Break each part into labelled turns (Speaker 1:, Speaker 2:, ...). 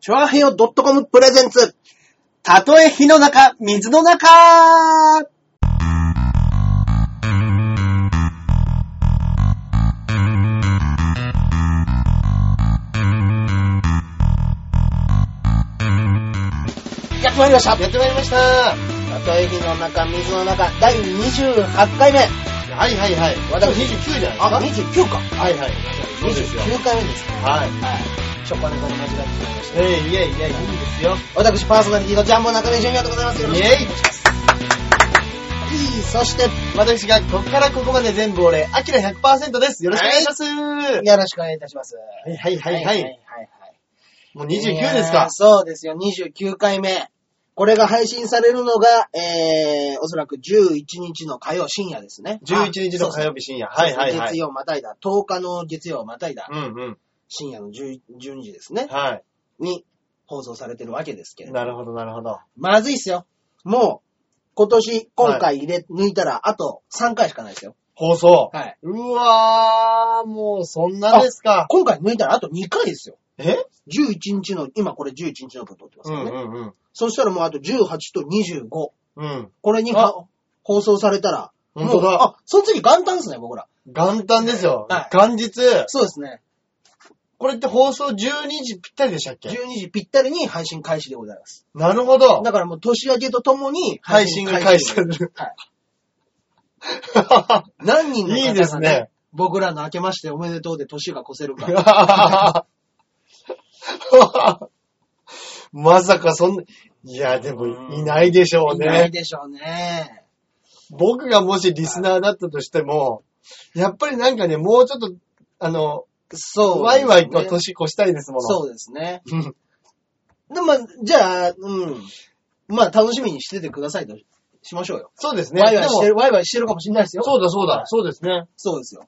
Speaker 1: チョアヘヨ .com プレゼンツ。たとえ火の中、水の中やってまいりました。
Speaker 2: やってまいりましたは
Speaker 1: たとえ火の中、水の中、第28回目。
Speaker 2: いはいはい。私
Speaker 1: 私
Speaker 2: 29じゃ
Speaker 1: あ、
Speaker 2: ないです
Speaker 1: 29か。
Speaker 2: かはいはい。そうですよ。
Speaker 1: 29回目ですね。
Speaker 2: は
Speaker 1: はい。
Speaker 2: い。
Speaker 1: 初っ端から間違ってしまいました。
Speaker 2: えいえいえいえ、いいんですよ。
Speaker 1: 私、パーソナリティのジャンボ中根ジュニアでございます。よろ
Speaker 2: イ
Speaker 1: しく
Speaker 2: えい
Speaker 1: そして、
Speaker 2: 私がここからここまで全部俺、アキラ100%です。よろしくお願いします。は
Speaker 1: よろしくお願いいたします。
Speaker 2: いはいはいはい。
Speaker 1: はいはい
Speaker 2: もう29ですか
Speaker 1: えー。そうですよ、29回目。これが配信されるのが、えー、おそらく11日の火曜深夜ですね。
Speaker 2: 11日の火曜日深夜。
Speaker 1: あ。そう
Speaker 2: は
Speaker 1: で
Speaker 2: い
Speaker 1: すね
Speaker 2: はいは
Speaker 1: 月
Speaker 2: い。
Speaker 1: 曜またいだ。10日の月曜またいだ。
Speaker 2: うんうん。
Speaker 1: 深夜の10 12時ですね。
Speaker 2: は
Speaker 1: に放送されてるわけですけ
Speaker 2: い。
Speaker 1: れど。
Speaker 2: なるほどなるほど。
Speaker 1: まずいっすよ。もう、今年、今回入れ、抜いたら、あと3回しかないですよ。
Speaker 2: 放送。
Speaker 1: はい。
Speaker 2: うわー、もうそんなですか。
Speaker 1: 今回抜いたら、あと2回ですよ。
Speaker 2: え
Speaker 1: 11日の、今これ11日の分撮ってます
Speaker 2: う
Speaker 1: か
Speaker 2: ん
Speaker 1: ら
Speaker 2: う
Speaker 1: ね。
Speaker 2: んうん。
Speaker 1: そしたらもうあと18と25。
Speaker 2: うん。
Speaker 1: これに
Speaker 2: あ
Speaker 1: は放送されたら、
Speaker 2: 本当
Speaker 1: も
Speaker 2: だ
Speaker 1: うあ、その次元旦ですね、僕ら。
Speaker 2: 元旦ですよ。
Speaker 1: はい
Speaker 2: 元日。
Speaker 1: そうですね。
Speaker 2: これって放送12時ぴったりでしたっけ
Speaker 1: 12時ぴったりに配信開始でございます。
Speaker 2: なるほど。
Speaker 1: だからもう年明けとともに
Speaker 2: 配信が開始される。
Speaker 1: はい。
Speaker 2: は
Speaker 1: 何人の方が、ね、
Speaker 2: いいですね
Speaker 1: 僕らの明けましておめでとうで年が越せるか。
Speaker 2: は まさかそんな、いや、でも、いないでしょう
Speaker 1: いない
Speaker 2: ね。
Speaker 1: でしょうね。
Speaker 2: 僕がもしリスナーだったとしても、やっぱりなんかね、もうちょっと、あの、
Speaker 1: そう、
Speaker 2: ワイワイと。年越したいですもの。
Speaker 1: そうですね。
Speaker 2: うん
Speaker 1: で、まあ、じゃあ、うん。まあ、楽しみにしててくださいとしましょうよ。
Speaker 2: そうですね。
Speaker 1: ワイワイして
Speaker 2: で
Speaker 1: る、
Speaker 2: も
Speaker 1: ワイワイしてるかもしれないですよ。
Speaker 2: そうだそう
Speaker 1: はい、
Speaker 2: だそうですね。
Speaker 1: そうですよ。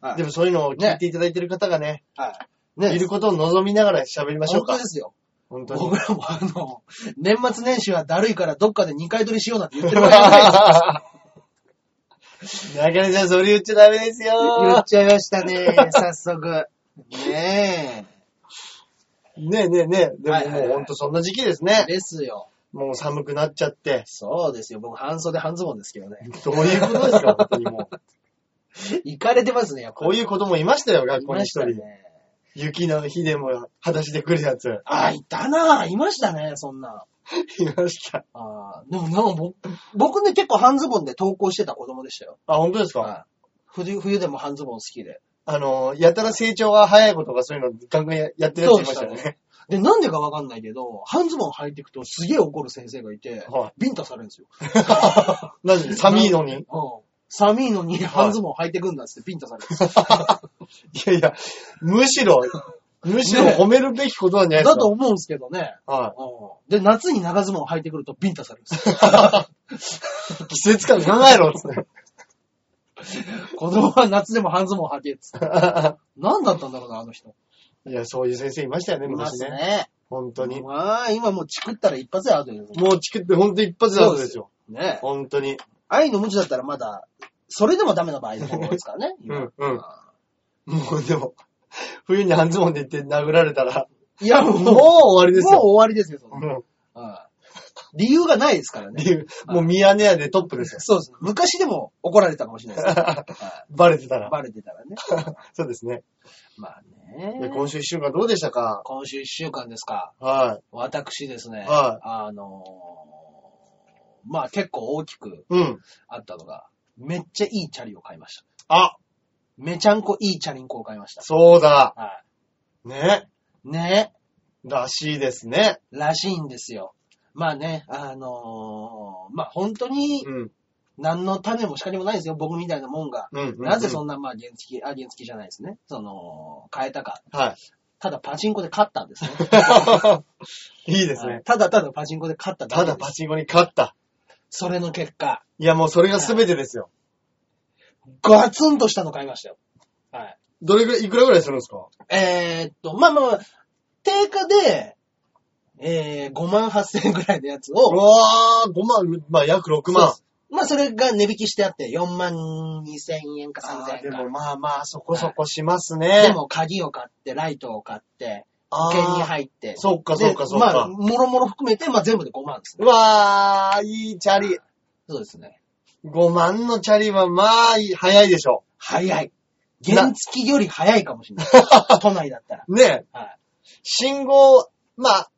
Speaker 1: はい
Speaker 2: でもそういうのを聞いていただいてる方がね、
Speaker 1: はい。
Speaker 2: いることを望みながら喋りましょう
Speaker 1: 本
Speaker 2: か
Speaker 1: 当で。すよ。
Speaker 2: 本当に
Speaker 1: 僕。らもあの、年末年始はだるいからどっかで2回撮りしようなんて言ってるわけじゃない です
Speaker 2: なかなかそれ言っちゃダメですよ。
Speaker 1: 言っちゃいましたね、早速。ね
Speaker 2: ねえねえねえ。で
Speaker 1: は
Speaker 2: も
Speaker 1: いはい
Speaker 2: も
Speaker 1: はいう
Speaker 2: ほんとそんな時期です
Speaker 1: え。
Speaker 2: ね。
Speaker 1: ですよ。
Speaker 2: もう寒くなっちゃって。
Speaker 1: そうですよ。僕、半袖半ズボンですけどね。
Speaker 2: どういうことですか、本当にも う。
Speaker 1: 行かれてますね、やっぱ
Speaker 2: こう
Speaker 1: り。
Speaker 2: いう子供いましたよ、学校に一
Speaker 1: いました
Speaker 2: 人。
Speaker 1: ね。
Speaker 2: 雪の日でも裸足で来るやつ。
Speaker 1: あ、いたなぁ。いましたね、そんな。
Speaker 2: いました。
Speaker 1: あーでもなんか僕、僕ね、結構半ズボンで登校してた子供でしたよ。
Speaker 2: あ、本当ですか
Speaker 1: はい冬冬でも半ズボン好きで。
Speaker 2: あの、やたら成長が早いことがそういうのガンガンややってるやついましたよ
Speaker 1: そうでし
Speaker 2: ね。
Speaker 1: で、なんでかわかんないけど、半ズボン履いていくとすげえ怒る先生がいて、
Speaker 2: は
Speaker 1: ビンタされるんですよ。
Speaker 2: い。なぜ寒いのに。い
Speaker 1: うん。寒いのに半ズボン履いてくんだっつってピンタされるんですよ。
Speaker 2: やいや、むしろ、むしろ
Speaker 1: ねえ
Speaker 2: 褒めるべきことなんじゃないで
Speaker 1: だ
Speaker 2: すか。
Speaker 1: と思うんですけどね。
Speaker 2: は
Speaker 1: うんで、夏に長ズボン履いてくるとビンタされるん ですよ。
Speaker 2: い。季節感考えろ、つって。
Speaker 1: 子供は夏でも半ズボン履けっつ って。何だったんだろうな、あの人。
Speaker 2: いや、そういう先生いましたよね、
Speaker 1: いま
Speaker 2: 昔
Speaker 1: す
Speaker 2: ね。
Speaker 1: ね。
Speaker 2: 本当に。
Speaker 1: まあ、今もうチクったら一発でアウトです。
Speaker 2: もうチクって本当一発でアウトですよ。
Speaker 1: ね
Speaker 2: 本当に。
Speaker 1: 愛の無知だったらまだ、それでもダメな場合の方ですからね。
Speaker 2: うんうんもうでも、冬に半ズボンで行って殴られたら、
Speaker 1: いや、もう、
Speaker 2: もう
Speaker 1: もう
Speaker 2: 終わりですよ。
Speaker 1: 終わりですよ、そんな
Speaker 2: も
Speaker 1: うん理由がないですから
Speaker 2: う、
Speaker 1: ね。
Speaker 2: いう、もうミヤネ屋でトップですよ。
Speaker 1: そうです。昔でも怒られたかもしれない ですね。はい
Speaker 2: バレてたら。
Speaker 1: バレてたらね。
Speaker 2: そうですね。
Speaker 1: まあね。
Speaker 2: で今週一週間どうでしたか
Speaker 1: 今週一週間ですか。
Speaker 2: は
Speaker 1: 私ですね。
Speaker 2: は
Speaker 1: あのーまあ結構大きく
Speaker 2: い。うん。
Speaker 1: あったのが、めっちゃいいチャリを買いました。
Speaker 2: あ、
Speaker 1: めちゃんこいいチャリンコを買いました。
Speaker 2: そうだ。
Speaker 1: は
Speaker 2: ね。
Speaker 1: い。ね
Speaker 2: らしいですね。
Speaker 1: らしいんですよ。まあね、あのーまあ本当に
Speaker 2: うん。
Speaker 1: 何の種もしかりもないですよ。僕みたいなもんが。
Speaker 2: うん。
Speaker 1: なぜそん
Speaker 2: ん
Speaker 1: な、まあ原付き、あ、原付きじゃないですね。その、変えたか。
Speaker 2: は
Speaker 1: ただパチンコで勝ったんですね。
Speaker 2: い。いいですね。
Speaker 1: ただただパチンコで勝っただ
Speaker 2: た
Speaker 1: けで
Speaker 2: だ
Speaker 1: す
Speaker 2: パチンコに勝った。
Speaker 1: それの結果、
Speaker 2: いや、もうそれが全てですよ。
Speaker 1: ガツンとしたの買いましたよ。はい。
Speaker 2: どれぐらい、いくらぐらいするんですか
Speaker 1: えー、っと、まあまあまあ、定価で、えー、5万8000円ぐらいのやつ
Speaker 2: う
Speaker 1: を、
Speaker 2: わー、5万、まあ約6
Speaker 1: そ
Speaker 2: 万
Speaker 1: うで。すまあそれが値引きしてあって、4万2000円か3000
Speaker 2: あーで
Speaker 1: 円か。
Speaker 2: もまあまあ、そこそこします
Speaker 1: で
Speaker 2: ね。
Speaker 1: も鍵を買って、ライトを買って、
Speaker 2: あ
Speaker 1: 保険に
Speaker 2: っ
Speaker 1: 入って。
Speaker 2: そっかそっか
Speaker 1: で
Speaker 2: そっか。
Speaker 1: まあ、もろもろ含めて、まあ全部で5万ですね。
Speaker 2: うわー、いいチャリ。
Speaker 1: そうですね。
Speaker 2: 5万のチャリは、まあいい、早いでしょ
Speaker 1: 早い。
Speaker 2: な
Speaker 1: 原付きより早いかもしれ ない。都内だったら。
Speaker 2: う。ねえ
Speaker 1: はい。
Speaker 2: 信号、まあ、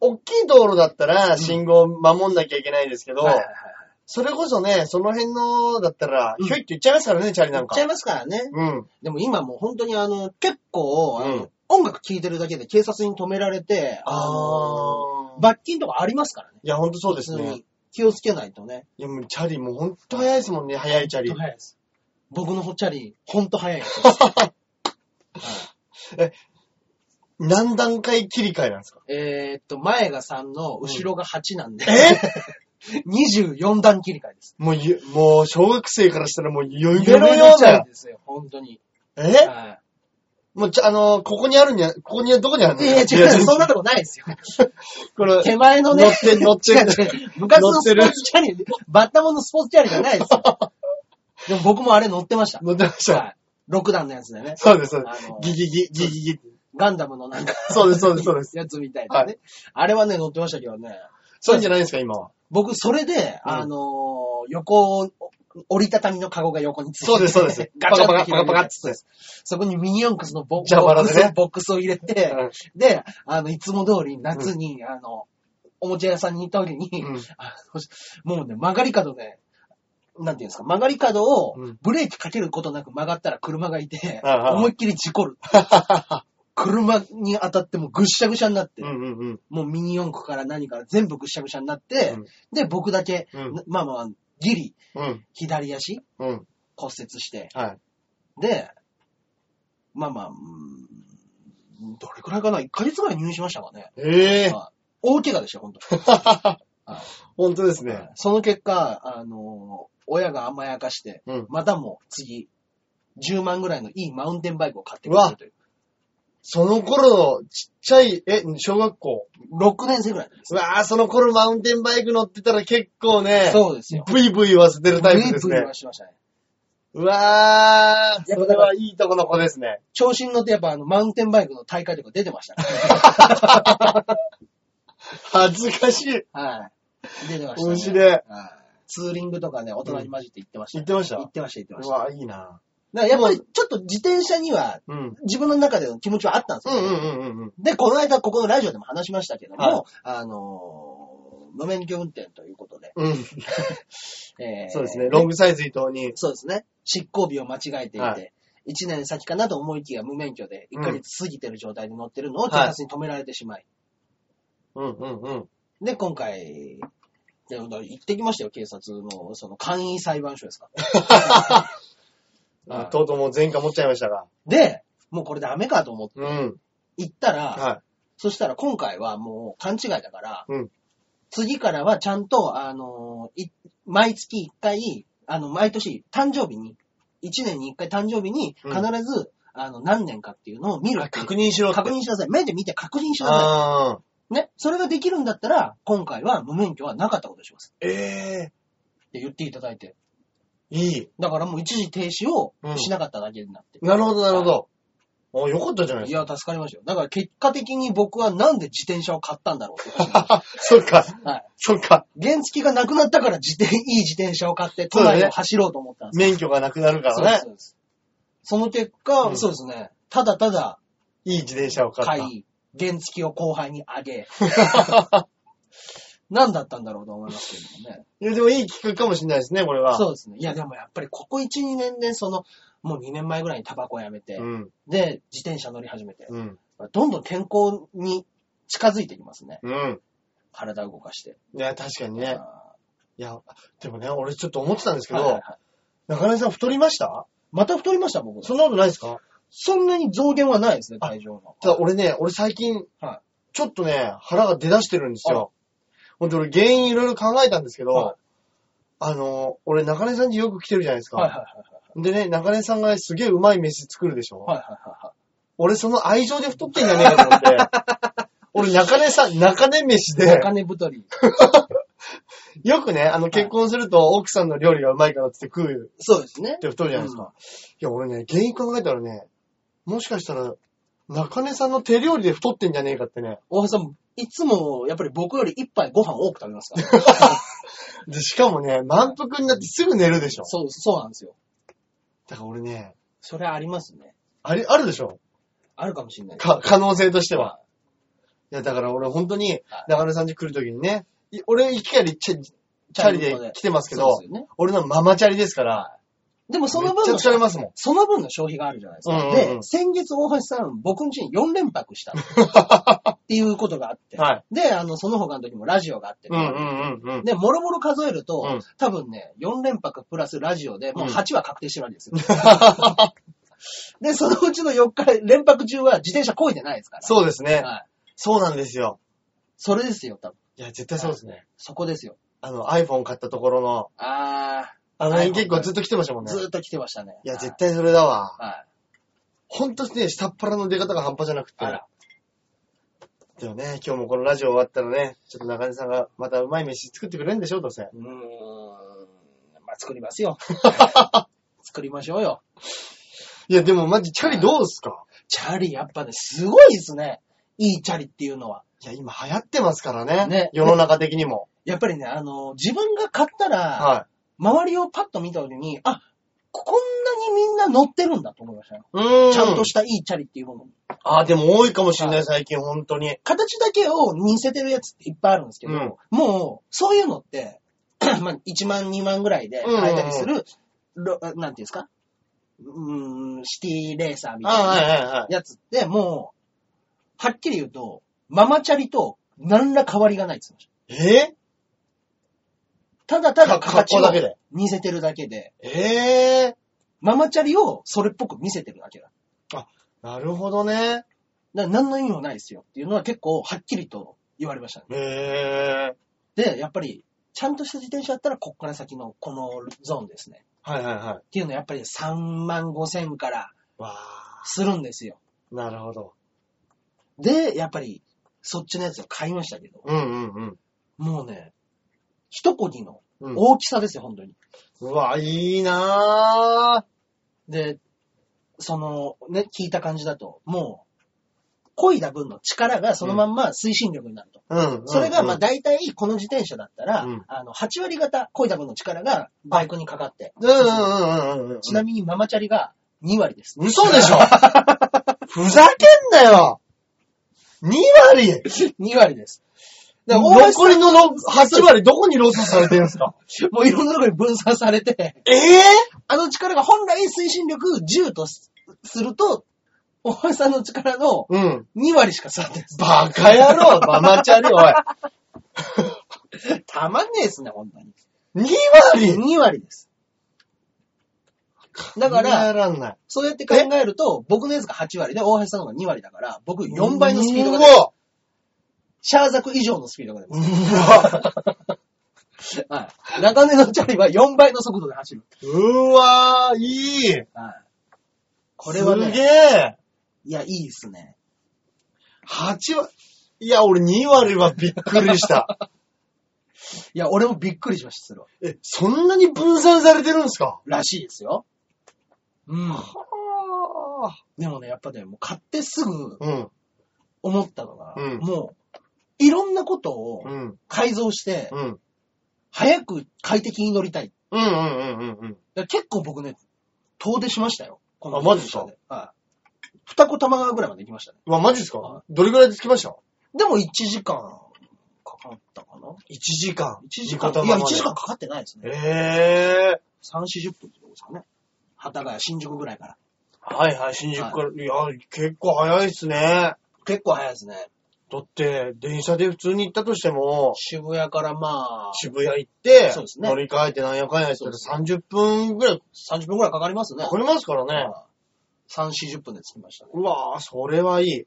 Speaker 2: 大きい道路だったら信号守んなきゃいけないですけど、
Speaker 1: はいはいはい
Speaker 2: それこそね、その辺のだったら、
Speaker 1: うん
Speaker 2: ひょいって言っちゃいますからね、チャリな
Speaker 1: 行
Speaker 2: ん
Speaker 1: っ
Speaker 2: か
Speaker 1: ちゃ。いますからね。
Speaker 2: うん。
Speaker 1: でも今もう本当にあの、結構、あの
Speaker 2: うん
Speaker 1: 音楽聴いてるだけで警察に止められて、
Speaker 2: あ
Speaker 1: の
Speaker 2: ー。
Speaker 1: 罰金とかありますからね。
Speaker 2: いや、ほんとそうです
Speaker 1: 普通
Speaker 2: ね
Speaker 1: に。気をつけないとね。
Speaker 2: いや、もうチャリ、もうほんと早いですもんね、早いチャリ
Speaker 1: ほんと。早いです。僕のチャリ、ほんと早いです。
Speaker 2: 何段階切り替えなんですか
Speaker 1: えーっと、前が3の、後ろが8なんで、
Speaker 2: え
Speaker 1: 24段切り替えです。
Speaker 2: もうゆ、もう、小学生からしたらもう余裕
Speaker 1: ベ
Speaker 2: の
Speaker 1: ロ
Speaker 2: よ
Speaker 1: ヨ
Speaker 2: う
Speaker 1: チャ
Speaker 2: な
Speaker 1: リ。ですよ、本当に。
Speaker 2: え
Speaker 1: はい
Speaker 2: もうちゃ、あの、ここにあるんや、ここに、どこにあるの
Speaker 1: いや、違う、そんなとこないですよ。
Speaker 2: これ、
Speaker 1: 手前のね、
Speaker 2: 乗って乗ってる
Speaker 1: 違う違う部活のスポーツチャリ、バッタモンのスポーツチャリじゃないですよ。で も僕もあれ乗ってました。
Speaker 2: 乗ってました。
Speaker 1: はい。6段のやつでね。
Speaker 2: そうです、そうで
Speaker 1: あ
Speaker 2: す
Speaker 1: の。
Speaker 2: ギギギ、ギギギ。
Speaker 1: ガンダムのなんか、
Speaker 2: そうです、そうです、そうです。
Speaker 1: やつみたいなね。
Speaker 2: は
Speaker 1: あれはね、乗ってましたけどね。
Speaker 2: そういうんじゃないんですか、今は。
Speaker 1: 僕、それで、
Speaker 2: うん
Speaker 1: あのー横を、折りたたみのカゴが横についてて
Speaker 2: そうですそうです
Speaker 1: ガチャッと広げて
Speaker 2: パカパカパカパカっつって
Speaker 1: そこにミニ四駆のボボ
Speaker 2: 蛇
Speaker 1: ッ
Speaker 2: 腹
Speaker 1: ク
Speaker 2: で
Speaker 1: ス、
Speaker 2: ね
Speaker 1: ボックスを入れて、で、あの、いつも通り夏に、あの、おもちゃ屋さんに行った時に、
Speaker 2: うん
Speaker 1: あのもうね、曲がり角で、なんていうんですか、曲がり角を
Speaker 2: うん
Speaker 1: ブレーキかけることなく曲がったら車がいて、
Speaker 2: ああ
Speaker 1: 思いっきり事故 る。車に当たってもうぐっしゃぐしゃになって、
Speaker 2: うんうんうん。
Speaker 1: もうミニ四駆から何から全部ぐしゃぐしゃになって、
Speaker 2: うん
Speaker 1: で、僕だけ、
Speaker 2: うん
Speaker 1: なまあまあ、ギリ、
Speaker 2: うん。
Speaker 1: 左足
Speaker 2: うん。
Speaker 1: 骨折して、
Speaker 2: はい。
Speaker 1: で、まあまあ、うーんどれくらいかな ?1 ヶ月ぐらい入院しましたかね。
Speaker 2: ええ。
Speaker 1: はい大怪我でした、本当はい
Speaker 2: 本当ですね。
Speaker 1: その結果、あの、親が甘やかして、
Speaker 2: うん
Speaker 1: またもう次、10万ぐらいのいいマウンテンバイクを買ってくれるという。
Speaker 2: その頃のちっちゃい、え、小学校。
Speaker 1: 6年生ぐらいなんです
Speaker 2: う。わぁ、その頃マウンテンバイク乗ってたら結構ね、
Speaker 1: そうですよ。
Speaker 2: ブイブイ言わせてるタイプです
Speaker 1: ブイブイ
Speaker 2: ね
Speaker 1: は。しましたね。
Speaker 2: うわ
Speaker 1: い
Speaker 2: ぁ、
Speaker 1: や
Speaker 2: それはいいとこの子ですね。
Speaker 1: 調子に乗ってやっぱあの、マウンテンバイクの大会とか出てましたね。
Speaker 2: 恥ずかしい。
Speaker 1: はい。出てました、ね。
Speaker 2: 面白い
Speaker 1: はいツーリングとかね、大人に混じって行ってました、
Speaker 2: うん行ってました
Speaker 1: 行ってました、行ってま
Speaker 2: う
Speaker 1: した。だか
Speaker 2: わぁ、いいな
Speaker 1: らやっぱりちょっと自転車には、
Speaker 2: うん。
Speaker 1: 自分の中での気持ちはあったんです
Speaker 2: う
Speaker 1: よ、
Speaker 2: んうんうんうんうん。
Speaker 1: で、この間ここのラジオでも話しましたけども、
Speaker 2: はい
Speaker 1: あのー無免許運転ということで、
Speaker 2: うん。
Speaker 1: えー
Speaker 2: そうですね。ロングサイズ伊藤に。
Speaker 1: そうですね。執行日を間違えていて、
Speaker 2: はい
Speaker 1: 1年先かなと思いきや無免許で1ヶ月過ぎてる状態で乗ってるのを警
Speaker 2: はい
Speaker 1: 察に止められてしまい。
Speaker 2: うんうんうん。
Speaker 1: で、今回、で行ってきましたよ、警察の、その、簡易裁判所ですか。
Speaker 2: あとうとうもう前科持っちゃいましたが。
Speaker 1: で、もうこれダメかと思って
Speaker 2: うん。
Speaker 1: 行ったら、
Speaker 2: は
Speaker 1: そしたら今回はもう勘違いだから、
Speaker 2: うん
Speaker 1: 次からはちゃんと、あのい毎月1回、あの、毎年誕生日に、1年に1回誕生日に
Speaker 2: うん
Speaker 1: 必ず、あの、何年かっていうのを見
Speaker 2: い。
Speaker 1: る
Speaker 2: あ
Speaker 1: っていう
Speaker 2: 確認しろって。
Speaker 1: 確認しなさい。目で見て確認しなさ
Speaker 2: ああ。
Speaker 1: い。ね。それができるんだったら、今回は無免許はなかったことにします。
Speaker 2: ええ
Speaker 1: って言っていただいて。
Speaker 2: いい。
Speaker 1: だからもう一時停止をしなかっただけになって。
Speaker 2: なるほど、なるほど。あ、よかったじゃない
Speaker 1: い
Speaker 2: ですか。
Speaker 1: や、助かりましたよ。だから結果的に僕はなんで自転車を買ったんだろうって話になる
Speaker 2: そっか、
Speaker 1: はい。
Speaker 2: そっか。
Speaker 1: 原付がなくなったから自転、いい自転車を買って都内を走ろうと思ったんです。
Speaker 2: 免許がなくなるか
Speaker 1: そうで
Speaker 2: ら
Speaker 1: す
Speaker 2: ね。
Speaker 1: そうです。その結果、
Speaker 2: うん
Speaker 1: そうですね。ただただ
Speaker 2: いい自転車を買った。
Speaker 1: 買い、原付を後輩にあ げ。何だったんだろうと思いますけどもね。
Speaker 2: いや、でもいい聞くかもしれないですね、これは。
Speaker 1: そうですね。いや、でもやっぱりここ1、2年で、その、もう2年前ぐらいにタバコやめて、
Speaker 2: うん、
Speaker 1: で、自転車乗り始めて、
Speaker 2: うん、
Speaker 1: どんどん健康に近づいてきますね。
Speaker 2: うん。
Speaker 1: 体動かして。
Speaker 2: いや、確かにね。
Speaker 1: あ
Speaker 2: いや、でもね、俺ちょっと思ってたんです
Speaker 1: ー
Speaker 2: けど、
Speaker 1: はいはいはい
Speaker 2: 中根さん太りました
Speaker 1: また太りました、僕。
Speaker 2: そんなことないですか
Speaker 1: そんなに増減はないですね、体重の。
Speaker 2: ただ俺ね、俺最近、
Speaker 1: は
Speaker 2: ちょっとね、腹が出だしてるんですよ。ほんで俺原因いろいろ考えたんですけど、
Speaker 1: はい
Speaker 2: あの、俺中根さんによく来てるじゃないですか。
Speaker 1: はいはいはい
Speaker 2: でね、中根さんがすげえうまい飯作るでしょ。
Speaker 1: はい。はいはいは
Speaker 2: 俺その愛情で太ってんじゃねえかと思って。 俺中根さん、中根飯
Speaker 1: いはい。
Speaker 2: で
Speaker 1: お、金太り。
Speaker 2: よくね、あの結婚すると奥さんの料理がうまいからって言って食う
Speaker 1: そうですね
Speaker 2: っ。て太るじゃないですか。いや、俺ね、原因考えたらね、もしかしたら中根さんの手料理で太ってんじゃねえかってね。
Speaker 1: 大橋さん、いつも、やっぱり僕より一杯ご飯多く食べますから。
Speaker 2: で、しかもね、満腹になってすぐ寝るでし ょ。
Speaker 1: そう、そうなんですよ。
Speaker 2: だから俺ね、
Speaker 1: それはありますね。
Speaker 2: あり、あるでしょ
Speaker 1: あるかもしれない。
Speaker 2: か、可能性としては。いや、だから俺本当に、中根さん家来るときにね、い俺行き帰りチャチャリで来てますけ
Speaker 1: そ
Speaker 2: ど、
Speaker 1: うですよね。
Speaker 2: 俺のママチャリですから、
Speaker 1: でもその
Speaker 2: め
Speaker 1: 分
Speaker 2: っちゃ
Speaker 1: の
Speaker 2: くちゃありますもん。
Speaker 1: その分の消費があるじゃないですか。
Speaker 2: うんうんうん
Speaker 1: で、先月大橋さん、僕ん家に4連泊したっていうことがあ って、
Speaker 2: はい。
Speaker 1: で、あの、その他の時もラジオがあって、
Speaker 2: うんうん うんうん。
Speaker 1: で、もろもろ数えると、
Speaker 2: うん
Speaker 1: 多分ね、4連泊プラスラジオでもう
Speaker 2: うん
Speaker 1: 8は確定してるわけ ですよ。で、そのうちの4日、連泊中は自転車漕いでないですから。
Speaker 2: そうですね。
Speaker 1: はい。
Speaker 2: そうなんですよ。
Speaker 1: それですよ、多分。
Speaker 2: いや、絶対そうですね。
Speaker 1: そこですよ。
Speaker 2: あの、iPhone 買ったところの、
Speaker 1: あ
Speaker 2: あの辺
Speaker 1: iPhone
Speaker 2: 結構ずっと来てましたも
Speaker 1: ー、
Speaker 2: んね。
Speaker 1: ずーっと来てましたね。
Speaker 2: いや、絶
Speaker 1: 対。
Speaker 2: 対それだわ。
Speaker 1: はい。
Speaker 2: ほんとね、下っ腹の出方が半端じゃなくて。
Speaker 1: あら。
Speaker 2: でもね、今日もこのラジオ終わったらね、ちょっと中根さんがまたうまい飯作ってくれるんでしょ、どうせ。
Speaker 1: うーん。まあ、作り ますよ。作りましょうよ。
Speaker 2: いや、でもマジチャリどうすか
Speaker 1: チャリ、やっぱね、すごいですね。いいチャリっていうのは。
Speaker 2: いや、今流行ってますからね。
Speaker 1: ね
Speaker 2: 世の中的にも。
Speaker 1: やっぱりね、あの、自分が買ったら、
Speaker 2: は
Speaker 1: 周りをパッと見た時に、あ、こんなにみんな乗ってるんだと思いましたね。
Speaker 2: い。う
Speaker 1: ちゃんと
Speaker 2: し
Speaker 1: したいいチャリっていうものに。
Speaker 2: あー、でも多いかもしれない、最近、本当に。
Speaker 1: 形だけを似せてるやつっていっぱいあるんですけど、
Speaker 2: うん
Speaker 1: もう、そういうのって、 まあ、1万、2万ぐらいで買えたりする、ろなんていうんですかうーん、シティレーサーみたい
Speaker 2: あ
Speaker 1: な。
Speaker 2: ーはいはいはい。
Speaker 1: やつって、もう、はっきり言うと、ママチャリと何ら変わりがないって言ってまし
Speaker 2: え
Speaker 1: た。ただただ
Speaker 2: か格
Speaker 1: 形
Speaker 2: 好
Speaker 1: を
Speaker 2: だけで
Speaker 1: 似せてるだけで、
Speaker 2: ー、え
Speaker 1: ママチャリをそれっぽく見せてるだけだ。だか
Speaker 2: ー、なるほどね。
Speaker 1: ら何の意味もないですよっていうのは結構はっきりと言われましたね。
Speaker 2: えー、
Speaker 1: で、やっぱり、ちゃんとした自転車だったら、こっから先のこのゾーンですね。
Speaker 2: はいはいはい。
Speaker 1: っていうのはやっぱり3万5千から
Speaker 2: わ
Speaker 1: するんですよ。
Speaker 2: ー、なるほど。
Speaker 1: で、やっぱり、そっちのやつを買いましたけど、
Speaker 2: うんうんうん。
Speaker 1: もうね、一こぎの
Speaker 2: うん
Speaker 1: 大きさですよ、本当に。
Speaker 2: うわ、いいなぁ。
Speaker 1: で、その、ね、聞いた感じだと、もう、漕いだ分の力がそのまんま推進力になると。
Speaker 2: うん。
Speaker 1: それが、まあ
Speaker 2: だ、
Speaker 1: 大体この自転車だったら、
Speaker 2: うん
Speaker 1: あの、8割方漕いだ分の力がバイクにかかって。
Speaker 2: うんうんうんうんうん。
Speaker 1: ちなみにママチャリが2割です。
Speaker 2: 嘘 でしょふざけんなよ !2 割
Speaker 1: 2割です。だから大橋さん
Speaker 2: 残りのろ8割どこにロスされてるんですか
Speaker 1: もういろんなところに分散されて、
Speaker 2: え
Speaker 1: あの力が本来推進力10とすすると、大橋さんの力の
Speaker 2: ぇ、うん。
Speaker 1: 2割しか差です。
Speaker 2: バカ野郎、ママチャリ、おい。
Speaker 1: たまんねえっすね、ほんとに。
Speaker 2: 2割
Speaker 1: 2割です。だか
Speaker 2: 考
Speaker 1: ら、
Speaker 2: えらんない。
Speaker 1: そうやって考えると、僕のやつが8割で、大橋さんの方が2割だから、僕4倍のスピードが
Speaker 2: う
Speaker 1: 出る。
Speaker 2: わ
Speaker 1: シャーザク以上のスピードが出
Speaker 2: う
Speaker 1: ま
Speaker 2: わ
Speaker 1: す。はい。中根のチャリは4倍の速度で走る。
Speaker 2: うわいい
Speaker 1: はい。これは
Speaker 2: すげ
Speaker 1: ね、
Speaker 2: え
Speaker 1: いや、いいですね。
Speaker 2: !8 割いや、俺2割はびっくり した。
Speaker 1: いや、俺もびっくりしました、それは。
Speaker 2: え、そんなに分散されてるんですから
Speaker 1: しいですよ。うん。
Speaker 2: は
Speaker 1: でもね、やっぱね、もう買ってすぐ
Speaker 2: ぁ。うん。
Speaker 1: 思ったのが、
Speaker 2: うん
Speaker 1: もう、いろんなことを
Speaker 2: うん。
Speaker 1: 改造して、
Speaker 2: うん。
Speaker 1: 早く快適に乗りたい。
Speaker 2: うんうんうんうんうん。
Speaker 1: だから結構僕ね、遠出しましたよ。こ
Speaker 2: あマジっすか
Speaker 1: はい。二子玉川ぐらいまで行きましたね。
Speaker 2: うわ、マジです
Speaker 1: は
Speaker 2: かどれぐらいで着きました
Speaker 1: でも1時間かかったかな
Speaker 2: ?1 時間。
Speaker 1: ?1 時間。
Speaker 2: い
Speaker 1: い
Speaker 2: や、
Speaker 1: や、1
Speaker 2: 1時
Speaker 1: 時
Speaker 2: 間。
Speaker 1: 間かかってないですね。
Speaker 2: ええ
Speaker 1: 3、40分ってことですかね。幡ヶ谷、新宿ぐらいから。
Speaker 2: ー。はいはい、新宿から。いや、結構早いっすね。
Speaker 1: 結構早いですね。
Speaker 2: だって、電車で普通に行ったとしても、
Speaker 1: 渋谷からまあ、
Speaker 2: 渋谷行って、
Speaker 1: そうですね
Speaker 2: 乗り換えてなんやかんやした
Speaker 1: そう
Speaker 2: ら
Speaker 1: です
Speaker 2: 30分ぐらい
Speaker 1: 30分ぐらいかかりますね。
Speaker 2: かかりますからね。
Speaker 1: はい3、40分で着きましたね。
Speaker 2: うわぁ、それはいい。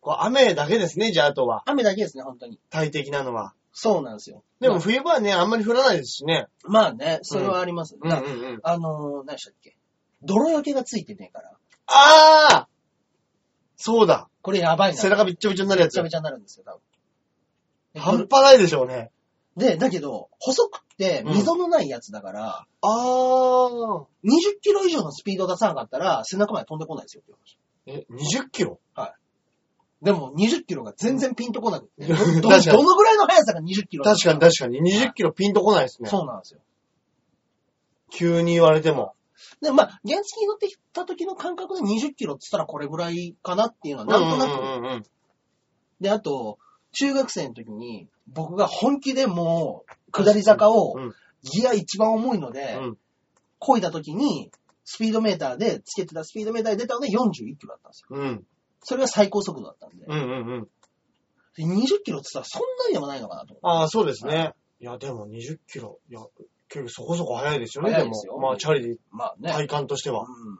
Speaker 2: これ雨だけですね、じゃああとは。
Speaker 1: 雨だけですね、本当に。
Speaker 2: 大敵なのは。
Speaker 1: そうなんですよ。
Speaker 2: でも、冬場はね、あんまり降らないですしね。
Speaker 1: まあね、それはあります。
Speaker 2: うんうんうん。
Speaker 1: あのー、何でしたっけ泥よけがついてねえから、
Speaker 2: ああそうだ。
Speaker 1: これやばいな。
Speaker 2: 背中びっちょびちょになるや
Speaker 1: めちゃ
Speaker 2: つ
Speaker 1: め。ちゃになるんですよ、多
Speaker 2: 半
Speaker 1: 分。
Speaker 2: 端ないでしょうね。
Speaker 1: で、だけど、細くって溝のないやつだから、
Speaker 2: ああ。
Speaker 1: 20キロ以上のスピード出さなかったら、背中まで飛んでこないですよって言いまし
Speaker 2: え、20キロ
Speaker 1: でも20キロが全然ピンとこなくて。ど ど
Speaker 2: 確かに
Speaker 1: のぐらいの速さが20キロ
Speaker 2: 確かに確かに。20キロピンとこないですね。
Speaker 1: そうなんですよ。
Speaker 2: 急に言われても。
Speaker 1: で、まあ、原付に乗ってきた時の感覚で20キロって言ったらこれぐらいかなっていうのはなんとなく。
Speaker 2: うんうんうんうん
Speaker 1: で、あと、中学生の時に僕が本気でもう、下り坂を
Speaker 2: うん、
Speaker 1: ギア一番重いので、
Speaker 2: うん
Speaker 1: 漕いだ時に、スピードメーターで、つけてたスピードメーターで出たのが41キロだったんですよ。
Speaker 2: うん。
Speaker 1: それが最高速度だったんで。
Speaker 2: うんうんうん。
Speaker 1: で20キロって言ったらそんなにでもないのかなと思って。
Speaker 2: ああ、そうですね。いや、でも20キロ。いや、結構そこそこ速いですよね、
Speaker 1: 速
Speaker 2: で
Speaker 1: いですよ
Speaker 2: も。まあ、チャリで
Speaker 1: まあね。
Speaker 2: 体感として
Speaker 1: う
Speaker 2: は。
Speaker 1: ん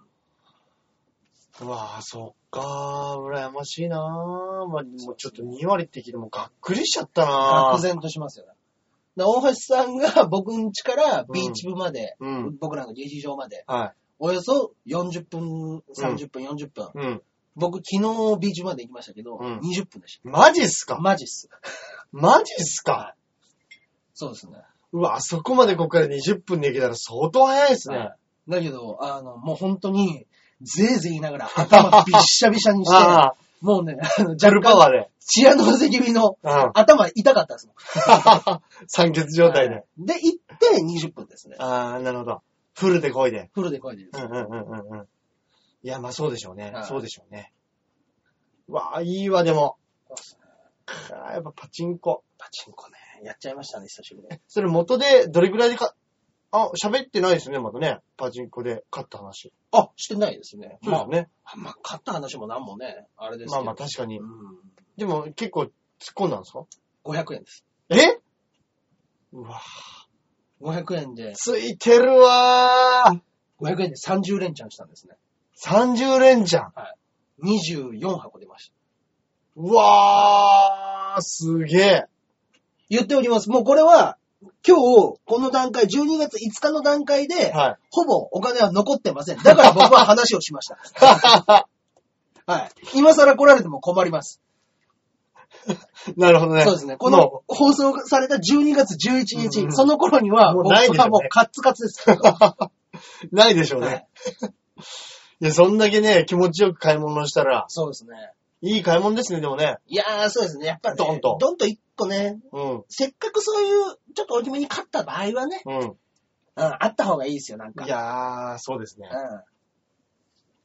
Speaker 2: うわあ、そっかー、羨ましいなー。まあ、もうちょっと2割って聞いてもがっくりしちゃったな
Speaker 1: 愕
Speaker 2: ー。
Speaker 1: 然としますよね。で大橋さんが 僕ん家からビーチ部まで、
Speaker 2: うん。
Speaker 1: 僕らの劇場まで、
Speaker 2: はい。
Speaker 1: およそ40分、30分、40分。
Speaker 2: うん。
Speaker 1: 僕昨日ビーチ部まで行きましたけど、
Speaker 2: うん
Speaker 1: 20分でし
Speaker 2: マジっす
Speaker 1: た。
Speaker 2: か
Speaker 1: マジっす。
Speaker 2: マジっすか
Speaker 1: そうですね。
Speaker 2: うわ、あそこまでここから20分で行けたら相当早いですね。
Speaker 1: だけど、あの、もう本当に、ぜいぜい言いながら頭びっしゃびしゃにして、
Speaker 2: ああ、
Speaker 1: もうね、あの、
Speaker 2: ジャルパ
Speaker 1: 若干、
Speaker 2: ワーで。
Speaker 1: チアノーゼ気味の
Speaker 2: うん。
Speaker 1: 頭痛かったですもん。
Speaker 2: 酸欠状態で。
Speaker 1: で、行って20分ですね。
Speaker 2: ああ、なるほど。フルでこいで。
Speaker 1: フルで声でです。
Speaker 2: うんうんうんうんうん。いや、まあそうでしょうね。
Speaker 1: はい
Speaker 2: そうでしょうね。うわあ、いいわ、でも。
Speaker 1: そうっすね
Speaker 2: あーやっぱパチンコ。
Speaker 1: パチンコね、やっちゃいましたね、久しぶり に。
Speaker 2: それ元でどれくらいでか、あ、喋ってないですね、まだね。パチンコで勝った話。
Speaker 1: あ、してないですね。
Speaker 2: そうですね。
Speaker 1: まあ、まあ、勝った話もなんもね、あれですけ
Speaker 2: まあ
Speaker 1: ど。
Speaker 2: まあ確かに
Speaker 1: う。ん。
Speaker 2: でも結構突っ込んだんですか
Speaker 1: 500円です。
Speaker 2: えうわ
Speaker 1: 500円で、
Speaker 2: ついてるわー。
Speaker 1: 500円で30連チャンしたんですね。
Speaker 2: 30連チャン。
Speaker 1: 24箱出ました。
Speaker 2: うわー、すげえ。
Speaker 1: 言っております。もうこれは、今日、この段階、12月5日の段階で、
Speaker 2: はい。
Speaker 1: ほぼお金は残ってません。だから僕は話をしました。 はい。今更来られても困ります。
Speaker 2: なるほどね。
Speaker 1: そうですね。こ
Speaker 2: も
Speaker 1: の放送された12月11日、
Speaker 2: うんうん
Speaker 1: その頃には、
Speaker 2: もう
Speaker 1: 僕
Speaker 2: ないでしょうね
Speaker 1: はもうカッツカツ です。
Speaker 2: うないでしょうね。
Speaker 1: はい い、
Speaker 2: や、そんだけね、気持ちよく買い物したら、
Speaker 1: そうですね。
Speaker 2: いい買い物ですね、でもね。
Speaker 1: いやー、そうですね。やっぱり、ね、
Speaker 2: ドンと
Speaker 1: ドンと一個ね、
Speaker 2: うん。
Speaker 1: せっかくそういう、ちょっと大きめに勝った場合はね、
Speaker 2: うん。
Speaker 1: うん、あった方がいいですよ、なんか。
Speaker 2: いやー、そうですね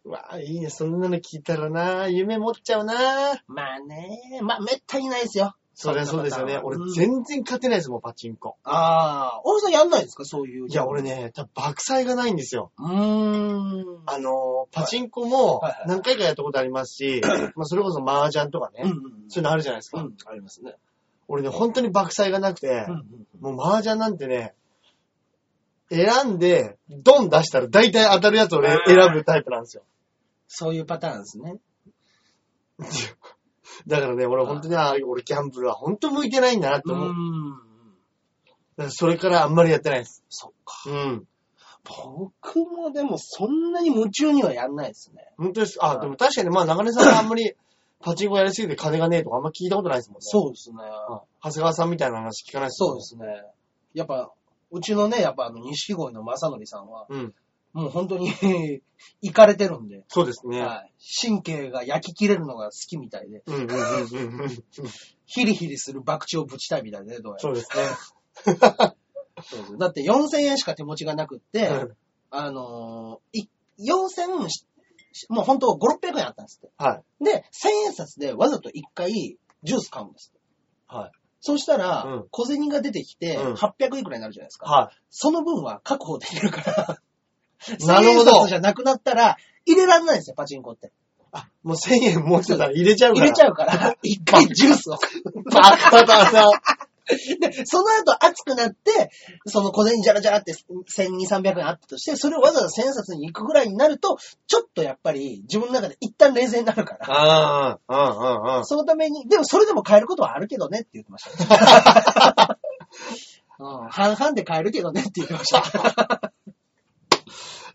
Speaker 1: う。ん。
Speaker 2: うわー、いいね。そんなの聞いたらなー、夢持っちゃうなー。
Speaker 1: まあね、まあ、めったにないですよ。
Speaker 2: そりゃ
Speaker 1: ん
Speaker 2: そう
Speaker 1: な
Speaker 2: で
Speaker 1: パ
Speaker 2: す
Speaker 1: ター
Speaker 2: よ
Speaker 1: ンは
Speaker 2: ね。俺
Speaker 1: うん、
Speaker 2: 全然勝てないですもん、パチンコ。
Speaker 1: ああ、俺さんやんないですか、そういう。
Speaker 2: いや、俺。ね、多分爆災がないんですよ。
Speaker 1: うーん。
Speaker 2: あのー、パチンコも
Speaker 1: はいはいはい
Speaker 2: 何回かやったことあります し、まあそれこそ麻雀とかね、
Speaker 1: うんうん。
Speaker 2: そういうのあるじゃないですか。
Speaker 1: うん、ありますね。
Speaker 2: 俺ね、本当に爆災がなくて
Speaker 1: うん、うんうん
Speaker 2: もう麻雀なんてね、選んで、ドン出したら大体当たるやつをね
Speaker 1: あ
Speaker 2: 選
Speaker 1: ー
Speaker 2: ぶタイプなんですよ。
Speaker 1: そういうパターンですね。
Speaker 2: だからね、俺本当に、あー俺ギャンブルは本当向いてないんだなって
Speaker 1: うー
Speaker 2: 思う。だ
Speaker 1: ん。
Speaker 2: からそれからあんまりやってないです。
Speaker 1: そっか。
Speaker 2: うん。
Speaker 1: 僕もでもそんなに夢中にはやんないですね。
Speaker 2: 本当です。あ、
Speaker 1: うん
Speaker 2: でも確かに、まあ、中根さんはあんま り、パチンコやりすぎて金がねえとかあんま聞いたことないですもんね。
Speaker 1: そうですね。
Speaker 2: うん。長谷川さんみたいな話聞かないです
Speaker 1: そ
Speaker 2: もん
Speaker 1: うで。すね。やっぱ、うちのね、やっぱあの、錦鯉の正則さんは、
Speaker 2: うん。
Speaker 1: もう本当に、 行かれてるんで、
Speaker 2: そうですね。
Speaker 1: はい。神経が焼き切れるのが好きみたいで、
Speaker 2: うんうんうんうんうん。
Speaker 1: ヒリヒリする博打をぶちたいみたいでね、どうや
Speaker 2: そう
Speaker 1: ら
Speaker 2: ですね。
Speaker 1: そうですだって4000円しか手持ちがなくって、
Speaker 2: うん
Speaker 1: あのー、い4000し、もう本当5、600円あったんですって。
Speaker 2: はい。
Speaker 1: で、1000円札でわざと1回ジュース買うんですって。
Speaker 2: はい。
Speaker 1: そうしたら、
Speaker 2: うん
Speaker 1: 小銭が出てきて、
Speaker 2: うん
Speaker 1: 800いくらになるじゃないですか。
Speaker 2: は
Speaker 1: その分は確保できるから、
Speaker 2: なるほど
Speaker 1: 1000円札じゃなくなったら、入れられないんですよ、パチンコって。
Speaker 2: い。もう1000円持ってたら入れちゃうか
Speaker 1: 入
Speaker 2: ら。
Speaker 1: れち
Speaker 2: う。
Speaker 1: ゃうから、一回ジュースを。
Speaker 2: バカだな。
Speaker 1: で、その後熱くなって、その小銭じゃらじゃらって1200、300円あったとして、それをわざわざ1000円札に行くぐらいになると、ちょっとやっぱり自分の中で一旦冷静になるから。
Speaker 2: ああ、うんうんうん。
Speaker 1: そのために、でもそれでも変えることはあるけどねって言ってました。うん、半々で変えるけどねって言ってました。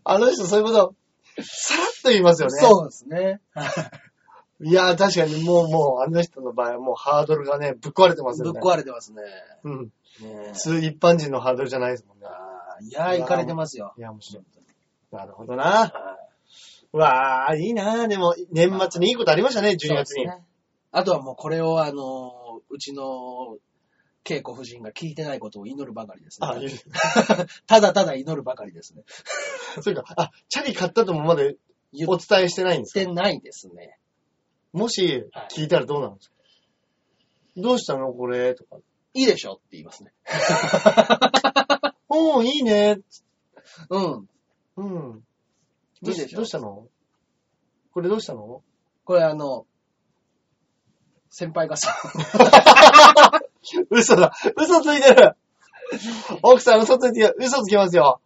Speaker 2: あの人そういうこと、さらっと言いますよね。う。
Speaker 1: そうですね。
Speaker 2: いやー、確かにもうもう、あの人の場合はもうハードルがね、ぶっ壊れてます
Speaker 1: ぶ
Speaker 2: よ
Speaker 1: っ
Speaker 2: ね。
Speaker 1: 壊れてますね。
Speaker 2: うん。
Speaker 1: ねえ
Speaker 2: 普通一般人のハードルじゃないですもんね。
Speaker 1: あーいやー、行かれてますよ。
Speaker 2: いや、面白い。なるほどな。わあ、いいなあでも、年末にいいことありましたね、12月に。
Speaker 1: そうですねあとはもうこれを、あの、うちの、稽古夫人が聞いてないことを祈るばかりです
Speaker 2: あ、
Speaker 1: ね。ただただ祈るばかりですね。
Speaker 2: そうか。あ、チャリ買ったともまだ
Speaker 1: 言
Speaker 2: お
Speaker 1: っ
Speaker 2: 伝えしてないんですか
Speaker 1: てないですね。
Speaker 2: もし
Speaker 1: はい、
Speaker 2: 聞いたらどうなるんですか、どうしたのこれとか。
Speaker 1: いいでしょって言いますね。
Speaker 2: おー、いいね。
Speaker 1: うん。
Speaker 2: うん。
Speaker 1: い
Speaker 2: ど
Speaker 1: いうで
Speaker 2: し
Speaker 1: しょ
Speaker 2: どうしたのこれどうしたの
Speaker 1: これあの、先輩がさ、
Speaker 2: 嘘だ嘘ついてる奥さん嘘ついてる嘘つきますよ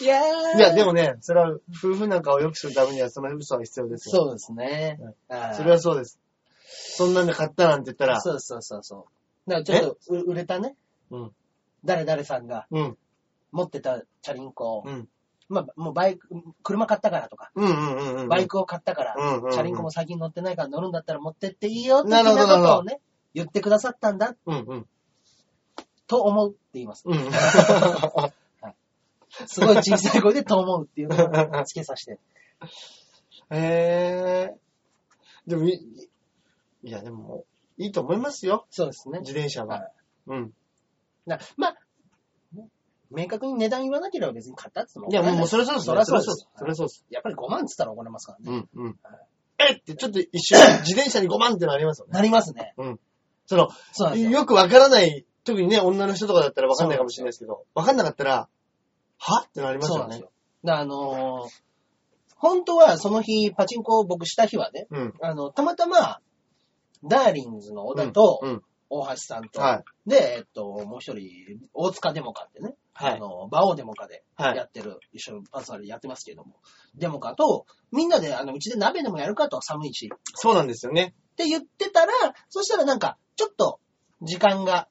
Speaker 1: いや
Speaker 2: いや、で
Speaker 1: も、
Speaker 2: もね、それは夫婦仲を良くするためにはその嘘は必要ですよ。
Speaker 1: そうですね。あー
Speaker 2: それはそうです。そんなんで買ったなんて言ったら、
Speaker 1: そうそうそうそう。だからちょっとう売れたね。
Speaker 2: うん
Speaker 1: 誰々さんが
Speaker 2: うん、
Speaker 1: 持ってたチャリンコを、
Speaker 2: うん、
Speaker 1: まあ、もうバイク、車買ったからとか、
Speaker 2: うん、うんうんうん。
Speaker 1: バイクを買ったから、
Speaker 2: うんうんうん
Speaker 1: チャリンコも最近乗ってないから乗るんだったら持ってっていいよって
Speaker 2: なるほど
Speaker 1: ことをね、言ってくださったんだ
Speaker 2: うん、うん、
Speaker 1: と思うって言います。
Speaker 2: うん。
Speaker 1: すごい小さい声でと思うっていうの をつけさせて。
Speaker 2: へえー。でも、いいや、でも、いいと思いますよ。
Speaker 1: そうですね。
Speaker 2: 自転車
Speaker 1: は
Speaker 2: は。うん。
Speaker 1: なまあ、明確に値段言わなければ別に買ったって言っ
Speaker 2: い
Speaker 1: て
Speaker 2: や、
Speaker 1: も
Speaker 2: もう、
Speaker 1: お金
Speaker 2: も
Speaker 1: な
Speaker 2: うそれはそ
Speaker 1: そりゃ
Speaker 2: うです。
Speaker 1: そうです
Speaker 2: それはそうです。
Speaker 1: やっぱり5万って言ったら怒れますからね。
Speaker 2: うん、うん。えって、ちょっと一 瞬、自転車に5万ってのありますよね。
Speaker 1: なりますね。
Speaker 2: その、
Speaker 1: そうなんですよ。
Speaker 2: よくわからない、特にね、女の人とかだったらわかんないかもしれないですけど、わかんなかったら、はってなります
Speaker 1: そうな
Speaker 2: よ
Speaker 1: んです
Speaker 2: ね。
Speaker 1: よ。だからあのー本当はその日、パチンコを僕した日はね、
Speaker 2: うん。
Speaker 1: あの、たまたま、ダーリンズの小田と
Speaker 2: うんうん、
Speaker 1: 大橋さんと、
Speaker 2: はい。
Speaker 1: で、えっと、もう一人、大塚デモカってね、
Speaker 2: は
Speaker 1: あ
Speaker 2: い。
Speaker 1: の、馬王デモカで
Speaker 2: はい
Speaker 1: やってる、一緒にパーソナルやってますけれども、デモカと、みんなで、あの、うちで鍋でもやるかと、寒いし、っ
Speaker 2: そうなんですよね。
Speaker 1: て言ってたら、そしたらなんか、ちょっと、時間が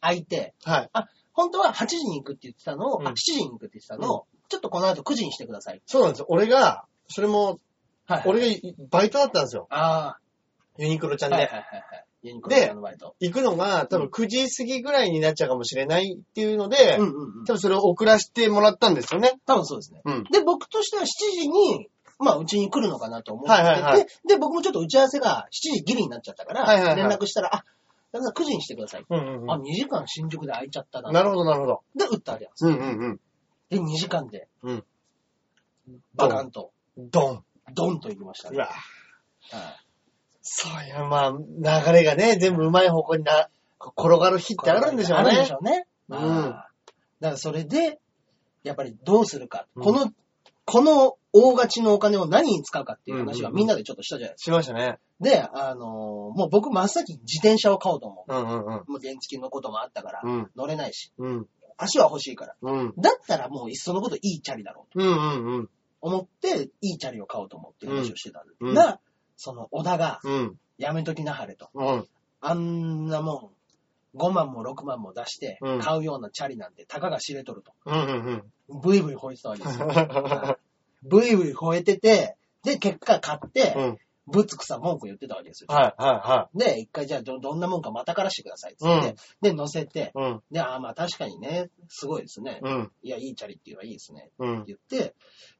Speaker 1: 空いて、
Speaker 2: はい。
Speaker 1: 本当は8時に行くって言ってたのを、
Speaker 2: うん
Speaker 1: あ、7時に行くって言ってたのを、ちょっとこの後9時にしてください。
Speaker 2: そうなんですよ。俺が、それも、
Speaker 1: はい。
Speaker 2: 俺がいバイトだったんですよ。
Speaker 1: あ
Speaker 2: ユニクロち
Speaker 1: あ、
Speaker 2: ゃん
Speaker 1: はいはい
Speaker 2: で。
Speaker 1: はいはい。ユニクロさんのバイト。
Speaker 2: 行くのが、多分9時過ぎぐらいになっちゃうかもしれないっていうので、
Speaker 1: うんうんうん。
Speaker 2: 多分それを遅らせてもらったんですよね。
Speaker 1: 多分そうですね。
Speaker 2: うん。
Speaker 1: で、僕としては7時に、まあ、うちに来るのかなと思ってて、
Speaker 2: はいはいはい
Speaker 1: でで、僕もちょっと打ち合わせが7時ギリになっちゃったから、
Speaker 2: はいはいはい
Speaker 1: 連絡したら、あ、旦那さん9時にしてください。
Speaker 2: うんうん
Speaker 1: あ、2時間新宿で空いちゃったな。
Speaker 2: なるほど、なるほど。
Speaker 1: で、打ったわけなんです
Speaker 2: うんうん
Speaker 1: で、2時間で、
Speaker 2: うん
Speaker 1: バカンと、
Speaker 2: うん。ドン。
Speaker 1: ドンと行きました
Speaker 2: う
Speaker 1: ね。
Speaker 2: わ
Speaker 1: はい
Speaker 2: そういう、まあ、流れがね、全部うまい方向にな、転がる日ってあるんでしょう
Speaker 1: あるんで
Speaker 2: ね
Speaker 1: し。ょうね。
Speaker 2: うん
Speaker 1: まあだからそれで、やっぱりどうするか。
Speaker 2: うん
Speaker 1: この、この大勝ちのお金を何に使うかっていう話は
Speaker 2: うんうんうん
Speaker 1: みんなでちょっとしたじゃないですか。
Speaker 2: しましたね。
Speaker 1: で、あのーもう僕真っ先に自転車を買おうと思
Speaker 2: うんうんうん。
Speaker 1: う。もう原付のこともあったから、
Speaker 2: うん
Speaker 1: 乗れないし、
Speaker 2: うん
Speaker 1: 足は欲しいから。
Speaker 2: うん。
Speaker 1: だったらもういっそのこといいチャリだろうと
Speaker 2: うんうんうん。
Speaker 1: 思って、いいチャリを買おうと思うっていう話をしてたん
Speaker 2: うんうん
Speaker 1: が、その小田が、
Speaker 2: うん。
Speaker 1: やめときなはれと。
Speaker 2: うん。
Speaker 1: あんなもん、5万も6万も出して
Speaker 2: うん、
Speaker 1: 買うようなチャリなんて、たかが知れとると。
Speaker 2: うんうんうん。
Speaker 1: ブイブイ吠えてたわけですよ。 ブイブイ吠えてて、で、結果買って、
Speaker 2: うん。
Speaker 1: ぶつくさ文句言ってたわけですよ。
Speaker 2: はいは
Speaker 1: で、一回じゃあど、どんなもんかまたからしてくださいっつって、で、乗せて、
Speaker 2: いはい。
Speaker 1: で、あーまあ確かにね、すごいですね。
Speaker 2: うんうん
Speaker 1: いや、いいチャリっていうのはいいですね。
Speaker 2: うん
Speaker 1: っ。て言って、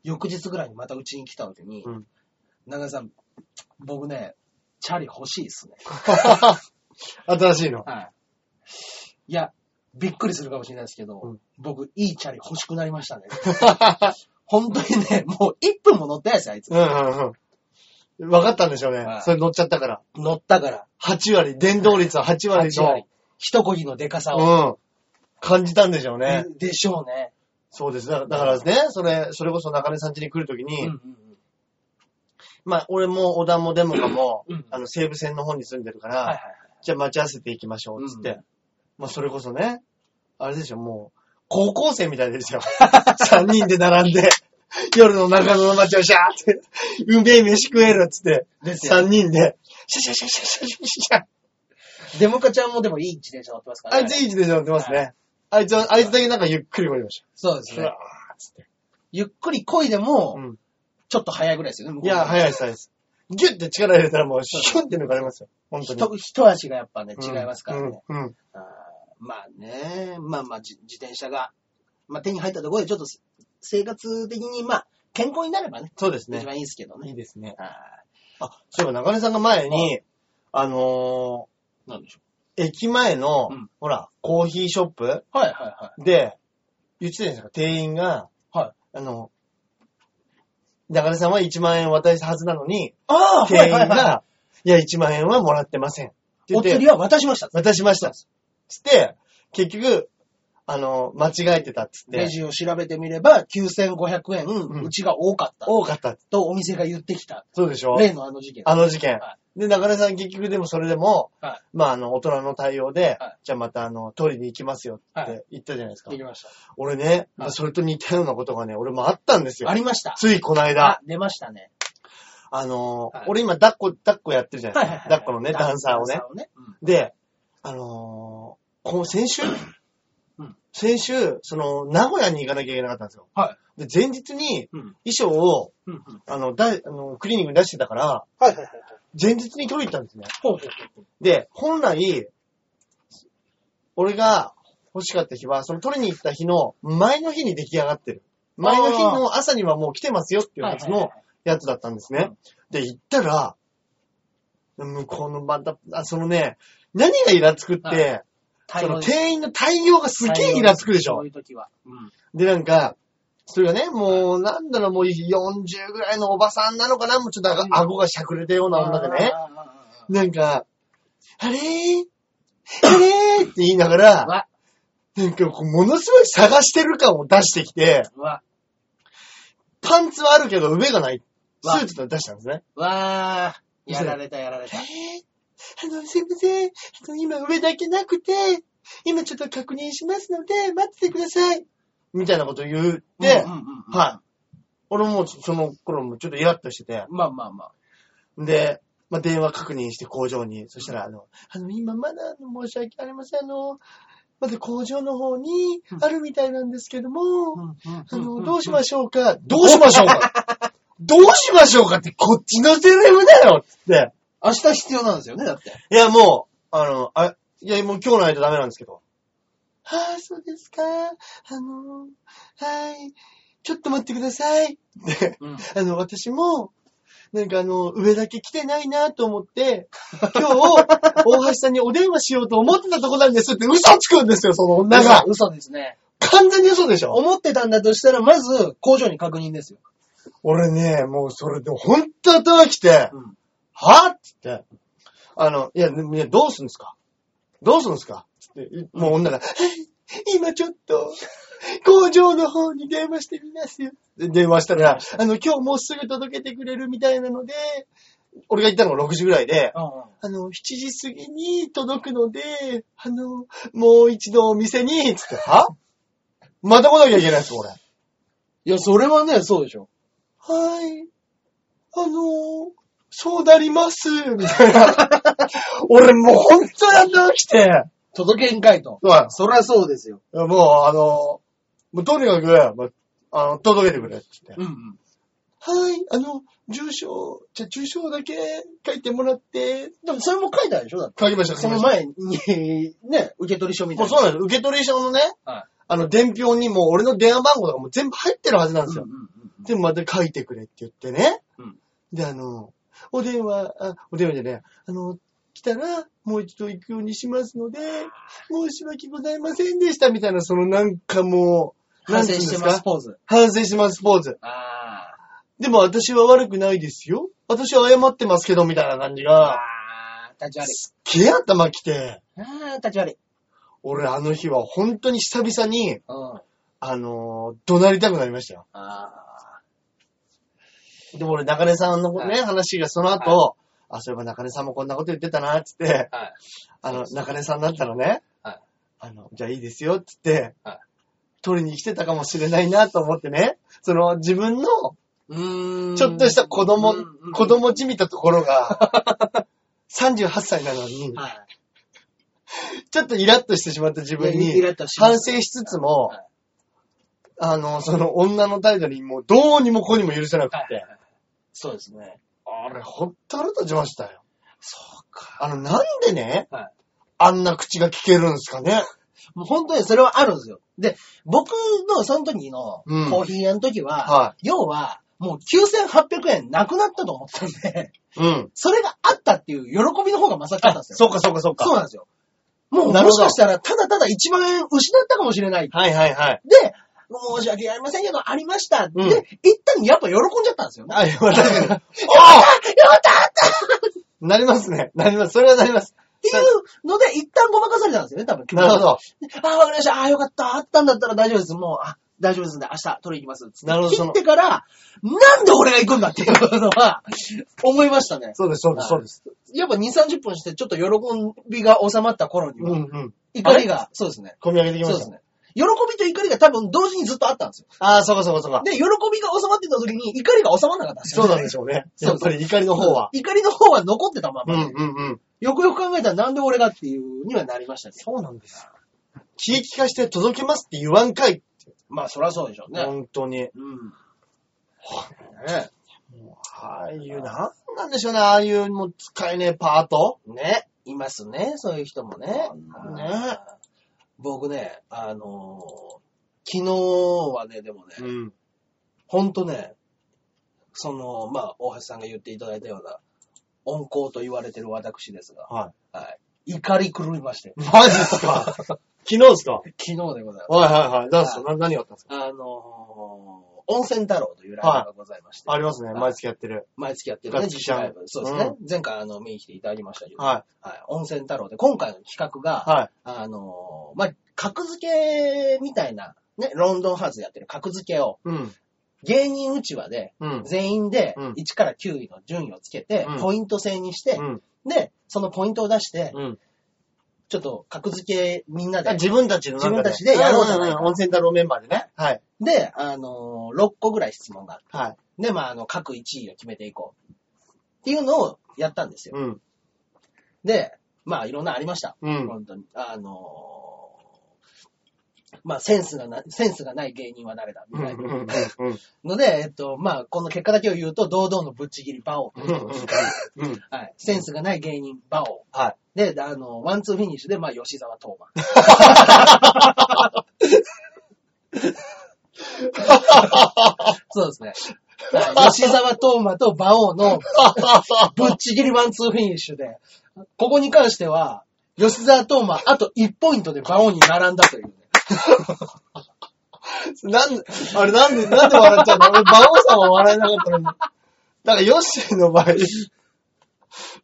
Speaker 1: 翌日ぐらいにまたうちに来た時に、
Speaker 2: うん
Speaker 1: 長井さん、僕ね、チャリ欲しいですね。
Speaker 2: 新しいの。
Speaker 1: はい。いや、びっくりするかもしれないですけど、
Speaker 2: うん
Speaker 1: 僕、いいチャリ欲しくなりましたね。本当にね、もう1分も乗ってないですよ、あいつ。
Speaker 2: うんうんうん。分かったんでしょうね
Speaker 1: は。い
Speaker 2: それ乗っちゃったから。
Speaker 1: 乗ったから、
Speaker 2: 8割、電動率は8割
Speaker 1: 8割
Speaker 2: の、
Speaker 1: 一こぎのデカさを、
Speaker 2: うん。感じたんでしょうね。
Speaker 1: ででしょうね。
Speaker 2: そうです。だからだからですね、それ、それこそ中根さん家に来るとき
Speaker 1: うん
Speaker 2: に、
Speaker 1: うん
Speaker 2: まあ、俺も小田もデモかも、
Speaker 1: うん
Speaker 2: あの、西武線の方に住んでるから、
Speaker 1: はいはいはい。
Speaker 2: じゃあ待ち合わせていきましょう、つって。
Speaker 1: うん
Speaker 2: まあ、それこそね、あれでしょ、もう、高校生みたいですよ。3人で並んで、夜の中野の街をシャーって、うめえ飯食えるっつって、
Speaker 1: ですよ
Speaker 2: 3人で、シャシャシャシャシャシャシャ
Speaker 1: デモカちゃんもでもいい自転車乗ってますから
Speaker 2: あ
Speaker 1: ね。
Speaker 2: いついい自転車乗ってますね。あいつは、あいつだけなんかゆっくり来りまし
Speaker 1: そうです
Speaker 2: た。
Speaker 1: ね
Speaker 2: わ。ーっつって。
Speaker 1: ゆっくり漕いでも、
Speaker 2: うん
Speaker 1: ちょっと早いぐらいですよね。
Speaker 2: いや、
Speaker 1: い。
Speaker 2: 早いです、早いです。ギュッて力入れたらもう、シュンって抜かれますよ。本当に。
Speaker 1: 一一足がやっぱね、違いますからね。
Speaker 2: うん。うん。
Speaker 1: あーまあね、まあまあ、じ自転車が、まあ手に入ったところでちょっとせ生活的にまあ健康になればね、
Speaker 2: そうで
Speaker 1: 一
Speaker 2: すね。
Speaker 1: 番いいですけど
Speaker 2: い
Speaker 1: ね
Speaker 2: い。ですね。
Speaker 1: あ
Speaker 2: あ、そういえば中根さんが前
Speaker 1: は
Speaker 2: に、あの
Speaker 1: ーなんでしょ
Speaker 2: ー駅前の、
Speaker 1: うん
Speaker 2: ほら、コーヒーショップ
Speaker 1: う。はいはいは
Speaker 2: で、言ってたじゃないですか、店員が、
Speaker 1: い。はい。
Speaker 2: あの、中根さんは1万円渡したはずなのに、
Speaker 1: ああ、
Speaker 2: 店
Speaker 1: はい
Speaker 2: 員
Speaker 1: はいは
Speaker 2: が、いや、1万円はもらってません。って
Speaker 1: い。
Speaker 2: 言
Speaker 1: お
Speaker 2: って
Speaker 1: 釣りは渡しました。
Speaker 2: 渡しました。つって、結局、あの、間違えてたっつっ
Speaker 1: レ
Speaker 2: て、
Speaker 1: ジを調べてみれば、9500円、
Speaker 2: ん
Speaker 1: うちが多かった。
Speaker 2: 多かった。
Speaker 1: とお店が言ってきた。
Speaker 2: そうでしょ
Speaker 1: 例のあの事件。
Speaker 2: あの事件
Speaker 1: は。
Speaker 2: で、中根さん結局でもそれでも、
Speaker 1: は
Speaker 2: まあ、あの、大人の対応で、
Speaker 1: はい
Speaker 2: じゃあまた、あの、取りに行きますよっ
Speaker 1: は
Speaker 2: て言ったじゃないですか。
Speaker 1: できまし
Speaker 2: 俺ね、
Speaker 1: はい
Speaker 2: それと似たようなことがね、俺もあったんです
Speaker 1: た。
Speaker 2: よ
Speaker 1: あ。りました。
Speaker 2: ついこの
Speaker 1: あ
Speaker 2: 間、、
Speaker 1: 出ましたね。
Speaker 2: あのー
Speaker 1: はい
Speaker 2: 俺今抱っこ、抱っこやってるじゃないですか。抱っこのね、ダンサーを
Speaker 1: ダン
Speaker 2: ね。
Speaker 1: サーをね
Speaker 2: で、あのーこう先週、
Speaker 1: うん
Speaker 2: 先週、その、名古屋に行かなきゃいけなかったんですよ。
Speaker 1: は
Speaker 2: で、前日に
Speaker 1: うん。うん。
Speaker 2: 衣装を、
Speaker 1: うん。うん。
Speaker 2: あの、だいあのクリーニングに出してたから、
Speaker 1: はいはいはいはい。
Speaker 2: 前日に取りに行ったんですね。
Speaker 1: ほうほうほうほう。
Speaker 2: で、本来、俺が欲しかった日は、その取りに行った日の前の日に出来上がってる。前の日の朝にはもう来てますよっていうやつのやつだったんです
Speaker 1: はいは
Speaker 2: ね。で、行ったら、向こうのまた、あそのね、何がイラつくって、
Speaker 1: は
Speaker 2: その
Speaker 1: 手
Speaker 2: 店員の対応がすげえイラつくでし
Speaker 1: そ
Speaker 2: ょ
Speaker 1: う。いう時は。うん。
Speaker 2: で、なんか、それがね、もう、なんだろう、もう40ぐらいのおばさんなのかなもうちょっとあ
Speaker 1: うん
Speaker 2: が顎がしゃくれたような女でね。
Speaker 1: あー。あーあーあー
Speaker 2: なんか、あれーあれーって言いなが
Speaker 1: うわ
Speaker 2: ら、なんかこう、ものすごい探してる感を出してきて、
Speaker 1: うわ、
Speaker 2: パンツはあるけど上がない、ス
Speaker 1: わ
Speaker 2: ーツを出したんですね。
Speaker 1: うわー、やられたやられ
Speaker 2: え
Speaker 1: た
Speaker 2: ー。あの、すいません。あの、今上だけなくて、今ちょっと確認しますので、待っててください。みたいなこと言って、
Speaker 1: うんうんうんうん
Speaker 2: はい。俺もその頃もちょっとイラッとしてて、
Speaker 1: まあまあまあ。
Speaker 2: で、まあ、電話確認して工場に、そしたら、あの、あの、今まだ申し訳ありません。あの、まだ工場の方にあるみたいなんですけども、あの、どうしま
Speaker 1: し
Speaker 2: しょうかどうしましょうか どうしましょうかってこっちのセリフだよつって。
Speaker 1: 明日必要なんですよね、だって。
Speaker 2: いや、もう、あの、あ、いや、もう今日ないとダメなんですけど。ああ、そうですか。あの、はい。ちょっと待ってください。で、
Speaker 1: うん
Speaker 2: あの、私も、なんかあの、上だけ来てないなと思って、今日、大橋さんにお電話しようと思ってたとこなんですって嘘つくんですよ、その女が。
Speaker 1: 嘘嘘ですね。
Speaker 2: 完全に嘘でしょ。
Speaker 1: 思ってたんだとしたら、まず、工場に確認ですよ。
Speaker 2: 俺ね、もうそれで、ほんと頭きて、
Speaker 1: うん。
Speaker 2: はぁっつって、あの、いや、いやどうすんすかどうすんすかつって、いもう女が、 今ちょっと、工場の方に電話してみますよ。で電話したら、あの、今日もうすぐ届けてくれるみたいなので、俺が行ったのが6時ぐらいで、あの、7時過ぎに届くので、あの、もう一度お店に、つって、はまた来なきゃいけないです、俺。
Speaker 1: いや、それはね、そうでしょ。
Speaker 2: はい。あのー、そうなります、みたいな。 俺もう本当に頭きて。
Speaker 1: 届けんかいと。
Speaker 2: は
Speaker 1: そりゃそうですよ。
Speaker 2: い。もう、あのー、もうとにかく、まあの、届けてくれ、って言っ
Speaker 1: う
Speaker 2: て。
Speaker 1: んうん。
Speaker 2: はい、あの、住所、じゃあ住所だけ書いてもらって。
Speaker 1: でも、それも書いてあるでしょだって。
Speaker 2: 書きました、
Speaker 1: その
Speaker 2: 前。
Speaker 1: 前に、ね、受取書みたい
Speaker 2: も
Speaker 1: うな。
Speaker 2: そうなんです。受取書のね、
Speaker 1: はい
Speaker 2: あの、伝票にもう俺の電話番号とかも全部入ってるはずなんですよ。
Speaker 1: うんうんうんうん
Speaker 2: で、また書いてくれって言ってね。
Speaker 1: うん
Speaker 2: で、あの、お電話、あ、お電話じゃない、あの、来たら、もう一度行くようにしますので、申し訳ございませんでした、みたいな、そのなんかもう、
Speaker 1: 反省してま
Speaker 2: なんていうんです
Speaker 1: す、
Speaker 2: か。
Speaker 1: ポーズ。
Speaker 2: 反省してます、ポーズ。
Speaker 1: あー。
Speaker 2: でも私は悪くないですよ。私は謝ってますけど、みたいな感じが、
Speaker 1: あー、立ち悪い。
Speaker 2: すっげえ頭きて、
Speaker 1: あー、立ち悪い。
Speaker 2: 俺あの日は本当に久々に、
Speaker 1: うん。
Speaker 2: あの、怒鳴りたくなりましたよ。
Speaker 1: あ
Speaker 2: でも俺、中根さんのね、
Speaker 1: はい
Speaker 2: 話がその後、あ、そういえば中根さんもこんなこと言ってたな、つって、
Speaker 1: ー。はい。
Speaker 2: あの、中根さんだったらね、
Speaker 1: はい
Speaker 2: あの、じゃあいいですよ、つって、
Speaker 1: はい
Speaker 2: 取りに来てたかもしれないなと思ってね、その自分の
Speaker 1: うーん。
Speaker 2: ちょっとした子供、
Speaker 1: うんうん
Speaker 2: 子供じみたところが、38歳なのに、
Speaker 1: はい。
Speaker 2: ちょっとイラッとしてしまった自分
Speaker 1: いやイ
Speaker 2: に
Speaker 1: ラッとしま
Speaker 2: 反
Speaker 1: す
Speaker 2: 省しつつも
Speaker 1: はい、
Speaker 2: あの、その女の態度にもうどうにもこうにも許せなく
Speaker 1: はい
Speaker 2: て、
Speaker 1: そうですね。
Speaker 2: あれ、ほったら立ちましたよ。
Speaker 1: そうか。
Speaker 2: あの、なんでね、
Speaker 1: はい
Speaker 2: あんな口が聞けるんですかね。
Speaker 1: もう本当にそれはあるんですよ。で、僕のその時の
Speaker 2: うん
Speaker 1: コーヒー屋の時は、
Speaker 2: は
Speaker 1: 要は、もう9800円なくなったと思ったんで、
Speaker 2: うん。
Speaker 1: それがあったっていう喜びの方が勝っちゃったん
Speaker 2: あ、
Speaker 1: ですよ。
Speaker 2: そうかそうかそうか。
Speaker 1: そうなんですよ。もう、
Speaker 2: なるほど
Speaker 1: もしかしたら、ただただ1万円失ったかもしれない。
Speaker 2: はいはいはい。
Speaker 1: で、申し訳ありませんけど、ありました。
Speaker 2: うん
Speaker 1: で、一旦やっぱ喜んじゃったんですよね。
Speaker 2: あ、よかった。あ
Speaker 1: あや
Speaker 2: あ
Speaker 1: ったやった
Speaker 2: なりますね。なります。それはなります。
Speaker 1: っていうので、一旦ごまかされたんですよね、多分。
Speaker 2: なるほど。
Speaker 1: ああ、わかりました。ああ、よかった。あったんだったら大丈夫です。もう、あ、大丈夫ですんで、明日取りに行きます。つって
Speaker 2: なるほどそ
Speaker 1: 切
Speaker 2: の
Speaker 1: ってから、なんで俺が行くんだっていうのは、思いましたね。
Speaker 2: そうです、そうです、そうです。
Speaker 1: やっぱ2、30分して、ちょっと喜びが収まった頃に
Speaker 2: う
Speaker 1: は、
Speaker 2: んうん。
Speaker 1: 怒りが、そうですね。
Speaker 2: 込み上げてきま
Speaker 1: そう
Speaker 2: し
Speaker 1: で
Speaker 2: た
Speaker 1: す。ね。喜びと怒りが多分同時にずっとあったんですよ。
Speaker 2: ああ、そうかそうかそうか。
Speaker 1: で、喜びが収まってた時に怒りが収まらなかったんですよ
Speaker 2: そう
Speaker 1: ね、
Speaker 2: なんでしょうね。
Speaker 1: そ
Speaker 2: や
Speaker 1: う
Speaker 2: っ
Speaker 1: そう
Speaker 2: ぱり怒りの方は。
Speaker 1: 怒りの方は残ってたま
Speaker 2: う
Speaker 1: ま
Speaker 2: ん
Speaker 1: で、
Speaker 2: うんうん。
Speaker 1: よくよく考えたらなんで俺がっていうにはなりましたね。
Speaker 2: そうなんです。地域化して届けますって言わんかい。
Speaker 1: まあ、そりゃそうでしょうね。
Speaker 2: 本当に。
Speaker 1: うん。ね
Speaker 2: ああいう、なんなんでしょうね。ああいう、もう使えねえパート。
Speaker 1: ね、いますね、そういう人もね。
Speaker 2: ね
Speaker 1: 僕ね、あのー昨日はね、でもね、
Speaker 2: ん。
Speaker 1: ほんとね、その、まあ、大橋さんが言っていただいたような、温厚と言われてる私ですが、
Speaker 2: は
Speaker 1: はい。怒り狂いまして、
Speaker 2: い。マジです か昨日ですか
Speaker 1: 昨日でございます。
Speaker 2: はいはいはい。ダンス、な何があったんですか
Speaker 1: あのー温泉太郎というライブがございまして、
Speaker 2: ありますね。
Speaker 1: はい
Speaker 2: 毎月やってる。
Speaker 1: 毎月やってるね、
Speaker 2: ガッツ
Speaker 1: 自
Speaker 2: キ
Speaker 1: 主
Speaker 2: ちゃん
Speaker 1: ライブ。そうですね。前回、あの、見に来ていただきましたけど、
Speaker 2: は
Speaker 1: はい。温泉太郎で、今回の企画
Speaker 2: い。
Speaker 1: が、
Speaker 2: は
Speaker 1: あのーまあ、格付けみたいな、ね、ロンドンハーツでやってる格付けを、
Speaker 2: い。うん。
Speaker 1: 芸人うちわで、
Speaker 2: うん。
Speaker 1: 全員で
Speaker 2: うん
Speaker 1: 1から9位の順位をつけて、
Speaker 2: うん
Speaker 1: ポイント制にして
Speaker 2: う、ん。
Speaker 1: で、そのポイントを出して、
Speaker 2: うん。
Speaker 1: ちょっと格付けみんな
Speaker 2: あ
Speaker 1: で、
Speaker 2: 自分たちの中
Speaker 1: 自分たちでやろうじゃないか
Speaker 2: んんん温泉太郎メンバーでね。はい。
Speaker 1: で、あのー6個ぐらい質問がある。
Speaker 2: はい。
Speaker 1: で、まあ、あの、各1位を決めていこう。っていうのをやったんですよ。
Speaker 2: うん。
Speaker 1: で、まあ、いろんなありました。
Speaker 2: うん。
Speaker 1: 本当に。あのーまあ、センスがな、センスがない芸人は誰だみ
Speaker 2: うん
Speaker 1: た
Speaker 2: う
Speaker 1: い
Speaker 2: ん
Speaker 1: な。
Speaker 2: うんうん
Speaker 1: ので、えっと、まあ、この結果だけを言うと、堂々のぶっちぎり、バオ。
Speaker 2: うんうん
Speaker 1: はい。センスがない芸人、バオ。
Speaker 2: はい。
Speaker 1: で、あの、ワンツーフィニッシュで、まあ、吉沢東馬。 そうですね。はい吉沢東馬と馬王のぶっちぎりワンツーフィニッシュで、ここに関しては、吉沢東馬、あと1ポイントで馬王に並んだという、ね。
Speaker 2: なんで、あれなんで、なんで笑っちゃうの俺、馬王さんは笑えなかったのに。だから、ヨッシーの場合、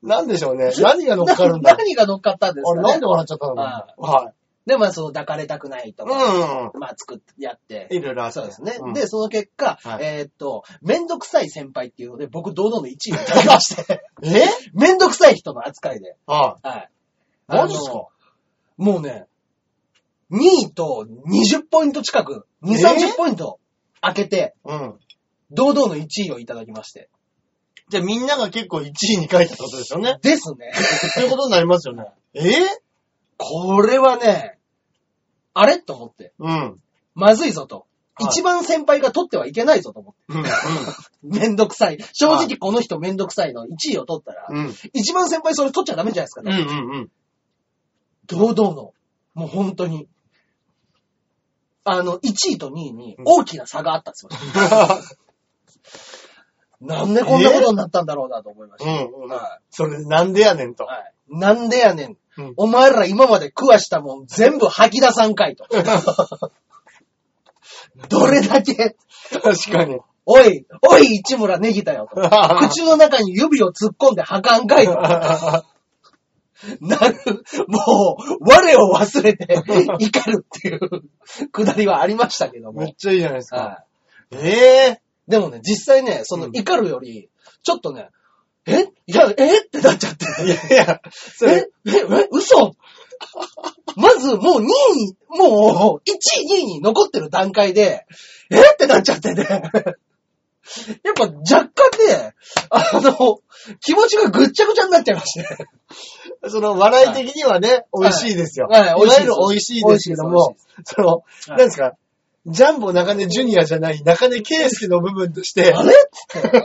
Speaker 2: なんでしょう ね。何が乗っかるんだろう
Speaker 1: 何が乗っかったんです
Speaker 2: あ
Speaker 1: か
Speaker 2: れ、
Speaker 1: ね。
Speaker 2: なんで笑っちゃったの
Speaker 1: は
Speaker 2: は
Speaker 1: で、まあ、その、抱かれたくないと
Speaker 2: い。
Speaker 1: か、
Speaker 2: う
Speaker 1: まあ、作って、やって
Speaker 2: ん。。いろいろあった
Speaker 1: そうですね。
Speaker 2: うん
Speaker 1: で、その結果、
Speaker 2: はい
Speaker 1: えーっと、めんどくさい先輩っていうので、僕、堂々の1位に立ちま して、
Speaker 2: え
Speaker 1: めんどくさい人の扱いで。
Speaker 2: は
Speaker 1: はい。
Speaker 2: い。マジですか
Speaker 1: あのもうね、2位と20ポイント近く、2、30ポイント開けて、
Speaker 2: うん。
Speaker 1: 堂々の1位をいただきまして。
Speaker 2: じゃあ、みんなが結構1位に書いたってことです よね。
Speaker 1: です ね。
Speaker 2: そういうことになりますよね。え
Speaker 1: これはね、あれと思って、
Speaker 2: うん。
Speaker 1: まずいぞと。
Speaker 2: はい
Speaker 1: 一番先輩が取ってはいけないぞと思って。
Speaker 2: うん。
Speaker 1: めんどくさい。正
Speaker 2: は
Speaker 1: 直この人めんどくさいの1位を取ったら、
Speaker 2: うん。
Speaker 1: 一番先輩それ取っちゃダメじゃないですか、
Speaker 2: うん。うん。うん。
Speaker 1: 堂々の。もう本当に。あの、1位と2位に大きな差があったんですよ。なんでこんなことになったんだろうなと思いました。
Speaker 2: うん。
Speaker 1: は
Speaker 2: それ、なんでやねん
Speaker 1: い
Speaker 2: と。
Speaker 1: はいなんでやねん,、
Speaker 2: うん
Speaker 1: お前ら今まで食わしたもん全部吐き出さん かいと。どれだけ、
Speaker 2: 確か に。
Speaker 1: おい、おい市村ネギだ よと。口の中に指を突っ込んで吐かんかいと。なる、もう、我を忘れて怒るっていうくだりはありましたけど
Speaker 2: めっ
Speaker 1: も。
Speaker 2: ちゃいいじゃないですか。
Speaker 1: は
Speaker 2: ええ
Speaker 1: い。でもね、実際ね、その
Speaker 2: うん
Speaker 1: 怒るより、ちょっとね、えいや、えってなっちゃって。
Speaker 2: いやいや、そ
Speaker 1: ええ
Speaker 2: れ、
Speaker 1: え嘘まず、もう2位に、もう、1位、2位に残ってる段階で、えってなっちゃってね。やっぱ若干ね、あの、気持ちがぐっちゃぐちゃになっちゃいまして。
Speaker 2: その、笑い的にはね、美
Speaker 1: はい
Speaker 2: 味しいですよ。
Speaker 1: はい
Speaker 2: わゆる
Speaker 1: 美
Speaker 2: 美
Speaker 1: 味し
Speaker 2: 味し
Speaker 1: い
Speaker 2: い
Speaker 1: で
Speaker 2: ですすけども、その、
Speaker 1: い
Speaker 2: なんですか、ジャンボ中根ジュニアじゃない中根圭介の部分として、
Speaker 1: あれ っつって。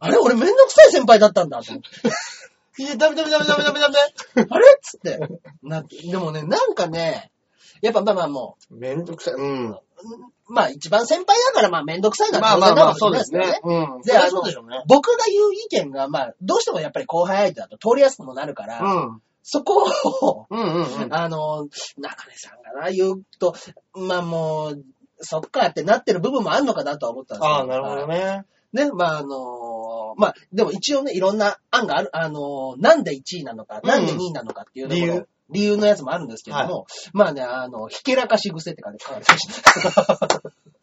Speaker 1: あれ俺めんどくさい先輩だったんだと思って。
Speaker 2: いや、ダメダメダメダメダメダメ。
Speaker 1: あれっつって。なでもね、なんかね、やっぱまあまあも
Speaker 2: めんどくさい。うん。
Speaker 1: う、まあ一番先輩だからまあめんどくさいな
Speaker 2: まあ
Speaker 1: 当
Speaker 2: まあ
Speaker 1: 然な
Speaker 2: まあ、
Speaker 1: わけじ
Speaker 2: そ
Speaker 1: ゃ
Speaker 2: う
Speaker 1: ない
Speaker 2: で
Speaker 1: ですすから
Speaker 2: ね
Speaker 1: ね。。
Speaker 2: うん。
Speaker 1: で
Speaker 2: そりゃそうでしょうね。
Speaker 1: 僕が言う意見がまあどうしてもやっぱり後輩相手だと通りやすくもなるか
Speaker 2: う
Speaker 1: ら、
Speaker 2: ん。
Speaker 1: そこを、
Speaker 2: うんうんうん。
Speaker 1: あの、中根さんがな、言うと、まあもう、そっかってなってる部分もあんのかなとは思ったんですけど。
Speaker 2: ああ、なるほどね。
Speaker 1: ね、まああのまあでも一応ね、いろんな案がある、あのなんで1位なのか、
Speaker 2: うん
Speaker 1: なんで2位なのかっていうところ、
Speaker 2: 理由
Speaker 1: 理由のやつもあるんですけども、まあね、あの、ひけらかし癖って書いてある。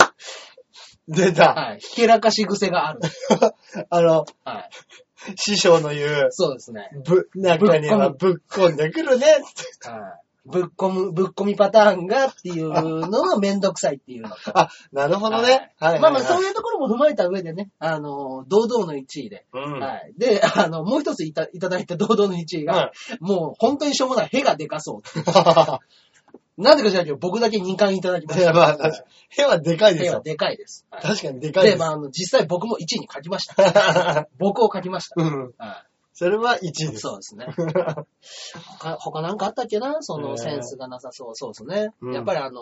Speaker 2: 出た。
Speaker 1: はい。ひけらかし癖がある。
Speaker 2: あの、
Speaker 1: はい。
Speaker 2: 師匠の言う、
Speaker 1: そうですね。
Speaker 2: ぶ、中にはぶっこんでくるね。
Speaker 1: はい。ぶっこむ、ぶっこみパターンがっていうのがめんどくさいっていうのと。
Speaker 2: あ、 なるほどね。はい。
Speaker 1: まあまあ、そう
Speaker 2: い
Speaker 1: いうところも踏まえた上でね、あの、堂々の1位で。
Speaker 2: う。うん。
Speaker 1: はい。で、あの、もう一ついたいただいた堂々の1位が、もう本当にしょうもない、へがでかそう。
Speaker 2: い。
Speaker 1: なんでか知らんけど、僕だけ2巻いただきま
Speaker 2: い
Speaker 1: した。
Speaker 2: や、まあ、確かに屁はでかいで
Speaker 1: 絵
Speaker 2: す
Speaker 1: は
Speaker 2: よ。
Speaker 1: でかいです。はい
Speaker 2: 確かにでかいで
Speaker 1: で、まあ、あの、実際僕も1位に書きました。
Speaker 2: す。
Speaker 1: 僕を書きました。
Speaker 2: うん。
Speaker 1: は
Speaker 2: それは1位
Speaker 1: い。
Speaker 2: です。
Speaker 1: そうですね。他、他なんかあったっけなそのセンスがなさそう。そうですね
Speaker 2: う。ん
Speaker 1: やっぱりあのー、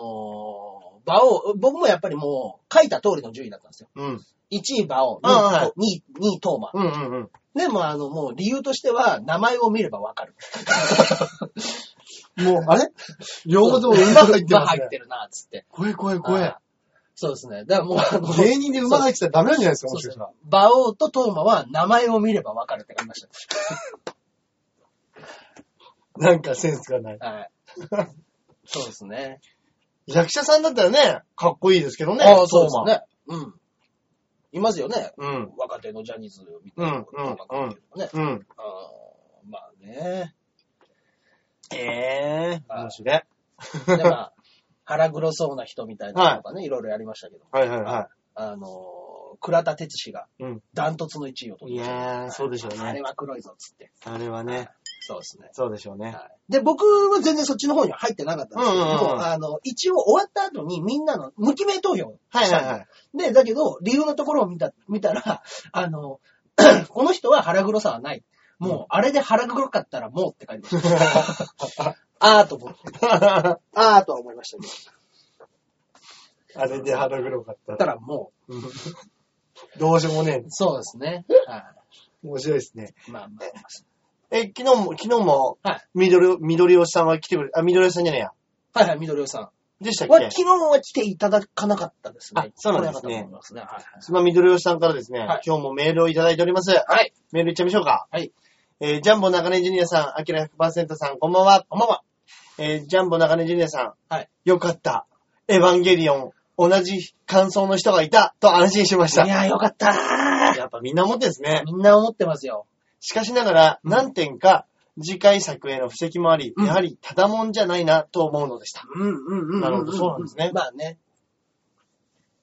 Speaker 1: 馬王、僕もやっぱりもう書いた通りの順位だったんですよ。
Speaker 2: うん。
Speaker 1: 1位馬王、2
Speaker 2: ああはい
Speaker 1: 位、2位トーマ。
Speaker 2: うんうんうん。
Speaker 1: でもあの、もう理由としては、名前を見ればわかる。
Speaker 2: もう、あれ両方とも馬
Speaker 1: 馬
Speaker 2: 入ってます
Speaker 1: 入
Speaker 2: ね
Speaker 1: って。るな、つって。
Speaker 2: 怖い怖い怖い
Speaker 1: あ。そうですね。だからもうあの、
Speaker 2: 芸人で馬入ってたらダメなんじゃないですか、
Speaker 1: そ
Speaker 2: も
Speaker 1: う
Speaker 2: し
Speaker 1: で
Speaker 2: かし
Speaker 1: す
Speaker 2: た
Speaker 1: ね
Speaker 2: ら。。
Speaker 1: 馬王とトーマは名前を見ればわかるって書きまし
Speaker 2: なんかセンスがない。
Speaker 1: た。 はい。そうですね。
Speaker 2: 役者さんだったらね、かっこいいですけどね。
Speaker 1: ああ、そうですね。うん。いますよね。
Speaker 2: そうまん。
Speaker 1: 若手のジャニーズみたいな。
Speaker 2: うんうん
Speaker 1: 音楽っていうのね。
Speaker 2: うん。
Speaker 1: あーまあね。
Speaker 2: ええ
Speaker 1: はい
Speaker 2: 面白い。
Speaker 1: でまあ、 腹黒そうな人みたいなのとかね、い、ろいろやりましたけど、
Speaker 2: はいはいは
Speaker 1: あのー倉田哲司が
Speaker 2: うん
Speaker 1: ダントツの1位を取りました、
Speaker 2: いやー
Speaker 1: はい
Speaker 2: そうでしょうね
Speaker 1: あれは黒いぞ、つって。
Speaker 2: い。あれはね、
Speaker 1: そうですね。
Speaker 2: そうでしょうね。
Speaker 1: はいで、僕は全然そっちの方には入ってなかったんですけど、
Speaker 2: うんうんうん
Speaker 1: あの、一応終わった後にみんなの無記名投票
Speaker 2: はいはい
Speaker 1: は
Speaker 2: はい。
Speaker 1: で、だけど、理由のところを見た、見たら、あの、 この人は腹黒さはない。もう、あれで腹黒かったらもうって書いてま した。あーと思って。あーとは思いましたけど。
Speaker 2: あれで腹黒かった
Speaker 1: だった
Speaker 2: ら。
Speaker 1: らも
Speaker 2: うんどうしようもね
Speaker 1: う、そうですね。は
Speaker 2: え。面白いですね。
Speaker 1: い。まあまあま
Speaker 2: え、昨日も、昨日も、
Speaker 1: はい
Speaker 2: 緑、緑吉さんは来てくれ、あ、緑吉さんじゃねえや。
Speaker 1: あ。はいはい、緑尾さん。
Speaker 2: でしたっ
Speaker 1: は
Speaker 2: け
Speaker 1: 昨日は来ていただかなかったですね。
Speaker 2: あそうなんです
Speaker 1: 来れかった
Speaker 2: ね
Speaker 1: と思いますね。はいはい
Speaker 2: その緑吉さんからですね、
Speaker 1: はい
Speaker 2: 今日もメールをいただいております。
Speaker 1: はい。
Speaker 2: メールいっちゃいましょうか。
Speaker 1: はい。
Speaker 2: えージャンボ中根ジュニアさん、アキラ100%さん、こんばんは。
Speaker 1: こんばんは。
Speaker 2: えージャンボ中根ジュニアさん、
Speaker 1: はい。
Speaker 2: よかった。エヴァンゲリオン、同じ感想の人がいた、と安心しました。
Speaker 1: いやーよかったー
Speaker 2: やっぱ みんな持ってですね。
Speaker 1: みんな思ってますよ。
Speaker 2: しかしながら、何点か次回作への布石もあり、
Speaker 1: うん
Speaker 2: やはりただもんじゃないなと思うのでした。
Speaker 1: うんうんうんうんうん。
Speaker 2: なるほどそうなんですね
Speaker 1: まあね。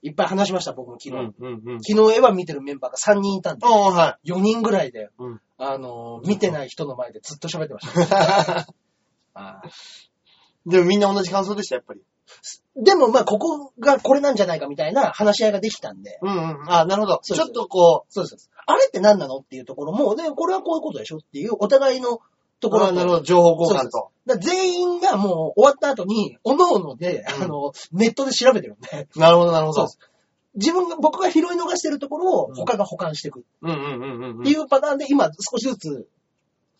Speaker 1: いっぱい話しました、僕も昨日。
Speaker 2: うん、うん。
Speaker 1: 昨日エヴァ見てるメンバーが3人いたんで、
Speaker 2: おー、は
Speaker 1: 4人ぐらいで、
Speaker 2: うん
Speaker 1: あのー、見てない人の前でずっと喋ってました。 あー
Speaker 2: い。でもみんな同じ感想でした、やっぱり。
Speaker 1: でもまあ、ここがこれなんじゃないかみたいな話し合いができたんで、
Speaker 2: うんうん。あ、なるほど。
Speaker 1: そ
Speaker 2: ち
Speaker 1: うで
Speaker 2: ょ
Speaker 1: す
Speaker 2: っとこ
Speaker 1: そうです。あれって何なのっていうところも、で、これはこういうことでしょっていう、お互いのと
Speaker 2: う、
Speaker 1: ころ
Speaker 2: あ
Speaker 1: と
Speaker 2: なるほど、情報交換と。
Speaker 1: だから全員がもう終わった後に、おのおので、
Speaker 2: うん
Speaker 1: あの、ネットで調べてるんで、
Speaker 2: なるほど、なるほ
Speaker 1: そう
Speaker 2: ど
Speaker 1: で。す自分が、僕が拾い逃してるところ
Speaker 2: う
Speaker 1: を
Speaker 2: ん
Speaker 1: 他が保管していくっ
Speaker 2: うんうんうんうんうん
Speaker 1: て。いうパターンで、今少しずつ、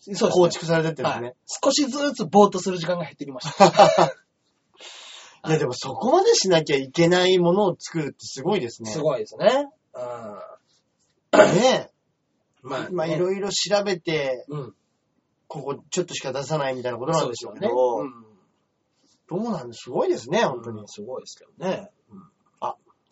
Speaker 1: そうですね
Speaker 2: 構築されてってるんで
Speaker 1: は
Speaker 2: す
Speaker 1: い
Speaker 2: ね。、
Speaker 1: 少しずつぼーっとする時間が減ってきました。
Speaker 2: い、や、でもそこまでしなきゃいけないものを作るってすごいですね。
Speaker 1: すごいですね。うん。
Speaker 2: ね
Speaker 1: まあ、
Speaker 2: え。まあ、い
Speaker 1: い
Speaker 2: ろいろ調べて、
Speaker 1: ろ。うん。
Speaker 2: ここちょっとしか出さないみたいなことな
Speaker 1: そう
Speaker 2: んで
Speaker 1: で
Speaker 2: し
Speaker 1: し
Speaker 2: ょ
Speaker 1: ょ
Speaker 2: う
Speaker 1: うね。
Speaker 2: けど、
Speaker 1: うん
Speaker 2: どうなんでしょうすごいですね、本当に。
Speaker 1: うんすごいですけどね。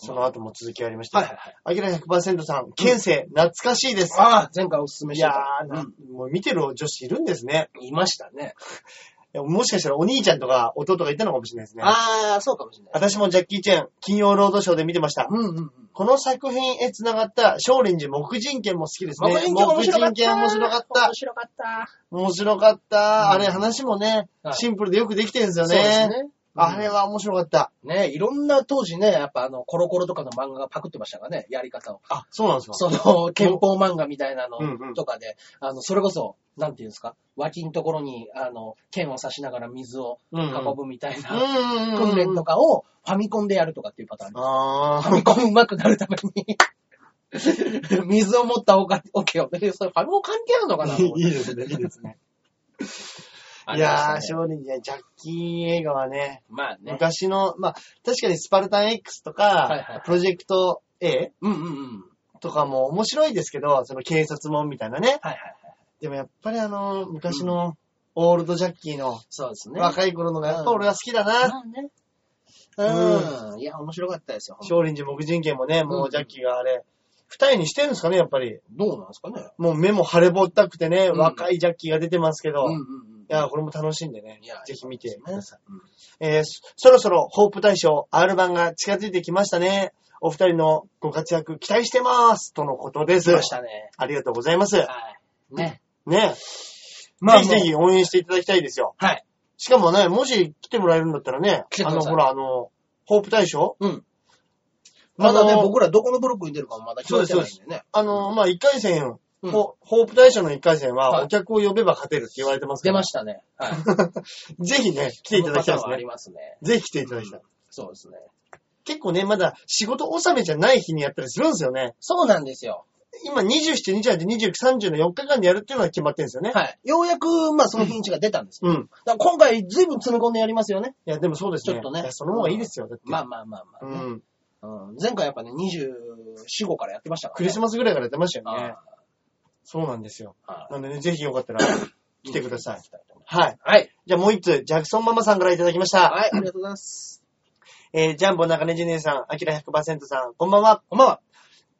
Speaker 2: その後も続きありました。
Speaker 1: はいはいはい。
Speaker 2: あきら100%さん、県政、懐かしいです。
Speaker 1: ああ、前回おすすめ
Speaker 2: い
Speaker 1: して
Speaker 2: や
Speaker 1: た。
Speaker 2: ー、なもう見てる女子いるんですね。
Speaker 1: うんいましたね。
Speaker 2: いやもしかしたらお兄ちゃんとか弟がいたのかもしれないですね。
Speaker 1: ああ、そうかもしれない。
Speaker 2: 私もジャッキー・チェーン、金曜ロードショーで見てました。
Speaker 1: うんうんうん。
Speaker 2: この作品へ繋がった、少林寺木人剣も好きですね。
Speaker 1: 木人剣面白かった。
Speaker 2: 木人剣面白かった
Speaker 1: 面。白かった。
Speaker 2: 面白かった。
Speaker 1: うん
Speaker 2: あれ話もね、
Speaker 1: はい
Speaker 2: シンプルでよくできてるんですよ
Speaker 1: そうです
Speaker 2: ね。
Speaker 1: ね。
Speaker 2: あれは面白かった。
Speaker 1: ね、いろんな当時ね、やっぱあの、コロコロとかの漫画がパクってましたからね、やり方を。
Speaker 2: あ、そうなんですか
Speaker 1: そ の、憲法漫画みたいな
Speaker 2: うんう
Speaker 1: の
Speaker 2: ん
Speaker 1: とかで、あの、それこそ、なんていうんですか、脇のところに、あの、剣を刺しながら水を
Speaker 2: うんうん。
Speaker 1: 運ぶみたいな
Speaker 2: うんうんうん。
Speaker 1: 訓練とかをファミコンでやるとかっていうパターン。
Speaker 2: あ
Speaker 1: ファ
Speaker 2: ー
Speaker 1: ミコン上手くなるために、 水を持ったおか、おけをね、それファミコン関係あるのかなと思って
Speaker 2: いいですね、いいですね。
Speaker 1: あ
Speaker 2: い
Speaker 1: りました
Speaker 2: やー、
Speaker 1: ね
Speaker 2: 正直ね、ジャッキー映画はね、
Speaker 1: まあね。
Speaker 2: 昔の、まあ、確かにスパルタン X と
Speaker 1: はいはい
Speaker 2: か、プロジェクト A
Speaker 1: うんうんうん。
Speaker 2: とかも面白いですけど、その警察もんみたいなね。
Speaker 1: はいはいはい。
Speaker 2: でもやっぱりあの、昔のオールドジャッキーの
Speaker 1: そうですね。
Speaker 2: 若い頃のがやっぱ俺は好きだな。
Speaker 1: まあね。うん。いや、面白かったですよ。
Speaker 2: 少林寺木人剣もね、もうジャッキーがあれ、二重にしてるんですかね、やっぱり。
Speaker 1: どうなんですかね。
Speaker 2: もう目も腫れぼったくてね、
Speaker 1: うん
Speaker 2: 若いジャッキーが出てますけど、
Speaker 1: うんうんう
Speaker 2: い
Speaker 1: ん。
Speaker 2: や、これも楽しんでね
Speaker 1: いや、
Speaker 2: ぜひ見てください。
Speaker 1: うん
Speaker 2: えーそそろそろホープ大賞 R 版が近づいてきましたね。お二人のご活躍期待してますとのことです
Speaker 1: 来。ましたね。
Speaker 2: ありがとうございます。
Speaker 1: はい。ね。
Speaker 2: ね。
Speaker 1: まあ
Speaker 2: ぜひぜひ応援していただきたいですよ。
Speaker 1: はい。
Speaker 2: しかもね、もし来てもらえるんだったらね
Speaker 1: 来て、く
Speaker 2: あ
Speaker 1: ださい
Speaker 2: の、ほら、あの、ホープ大賞
Speaker 1: うん。まだね
Speaker 2: あ、の
Speaker 1: 僕らどこのブロックに出るかもまだ決まってないんでね。
Speaker 2: あの、まあ、一回戦、
Speaker 1: うん
Speaker 2: ホホープ大賞の一回戦
Speaker 1: は
Speaker 2: は、
Speaker 1: い
Speaker 2: お客を呼べば勝てるって言われてますか
Speaker 1: 出
Speaker 2: ら。
Speaker 1: ましたね。 はい。
Speaker 2: ぜひね、来ていただき
Speaker 1: このパタ
Speaker 2: たいで
Speaker 1: ーン
Speaker 2: す
Speaker 1: はあり
Speaker 2: ね。
Speaker 1: ますね。
Speaker 2: ぜひ来ていただきたい。
Speaker 1: そうですね。
Speaker 2: 結構ね、まだ仕事納めじゃない日にやったりするんですよね。
Speaker 1: そうなんですよ。
Speaker 2: 今27、28、29、30の4日間でやるっていうのは決まってるんですよね。
Speaker 1: はい。ようやく、まあ、その日にちが出たんです。
Speaker 2: うん。
Speaker 1: だから今回、ずいぶん詰め込んでやりますよね。
Speaker 2: いや、でもそうですね。
Speaker 1: ちょっとね
Speaker 2: いやその方がいいですよ。だって。
Speaker 1: まあまあまあまあ
Speaker 2: う
Speaker 1: ね、
Speaker 2: ん。
Speaker 1: うん前回やっぱね、24、5からやってましたから、ね。
Speaker 2: クリス
Speaker 1: マ
Speaker 2: マスぐらいからやってましたよね。
Speaker 1: あ
Speaker 2: そうなんですよ。
Speaker 1: あああ
Speaker 2: なんでね、ぜひよ かったら来てください。はい。
Speaker 1: はい。
Speaker 2: じゃあもう一つ、ジャクソンママさんからいただきました。
Speaker 1: はい、ありがとうございます。
Speaker 2: えー、ジャンボ中根ジュニアさん、アキラ100%さん、こんばんは。
Speaker 1: こんばんは。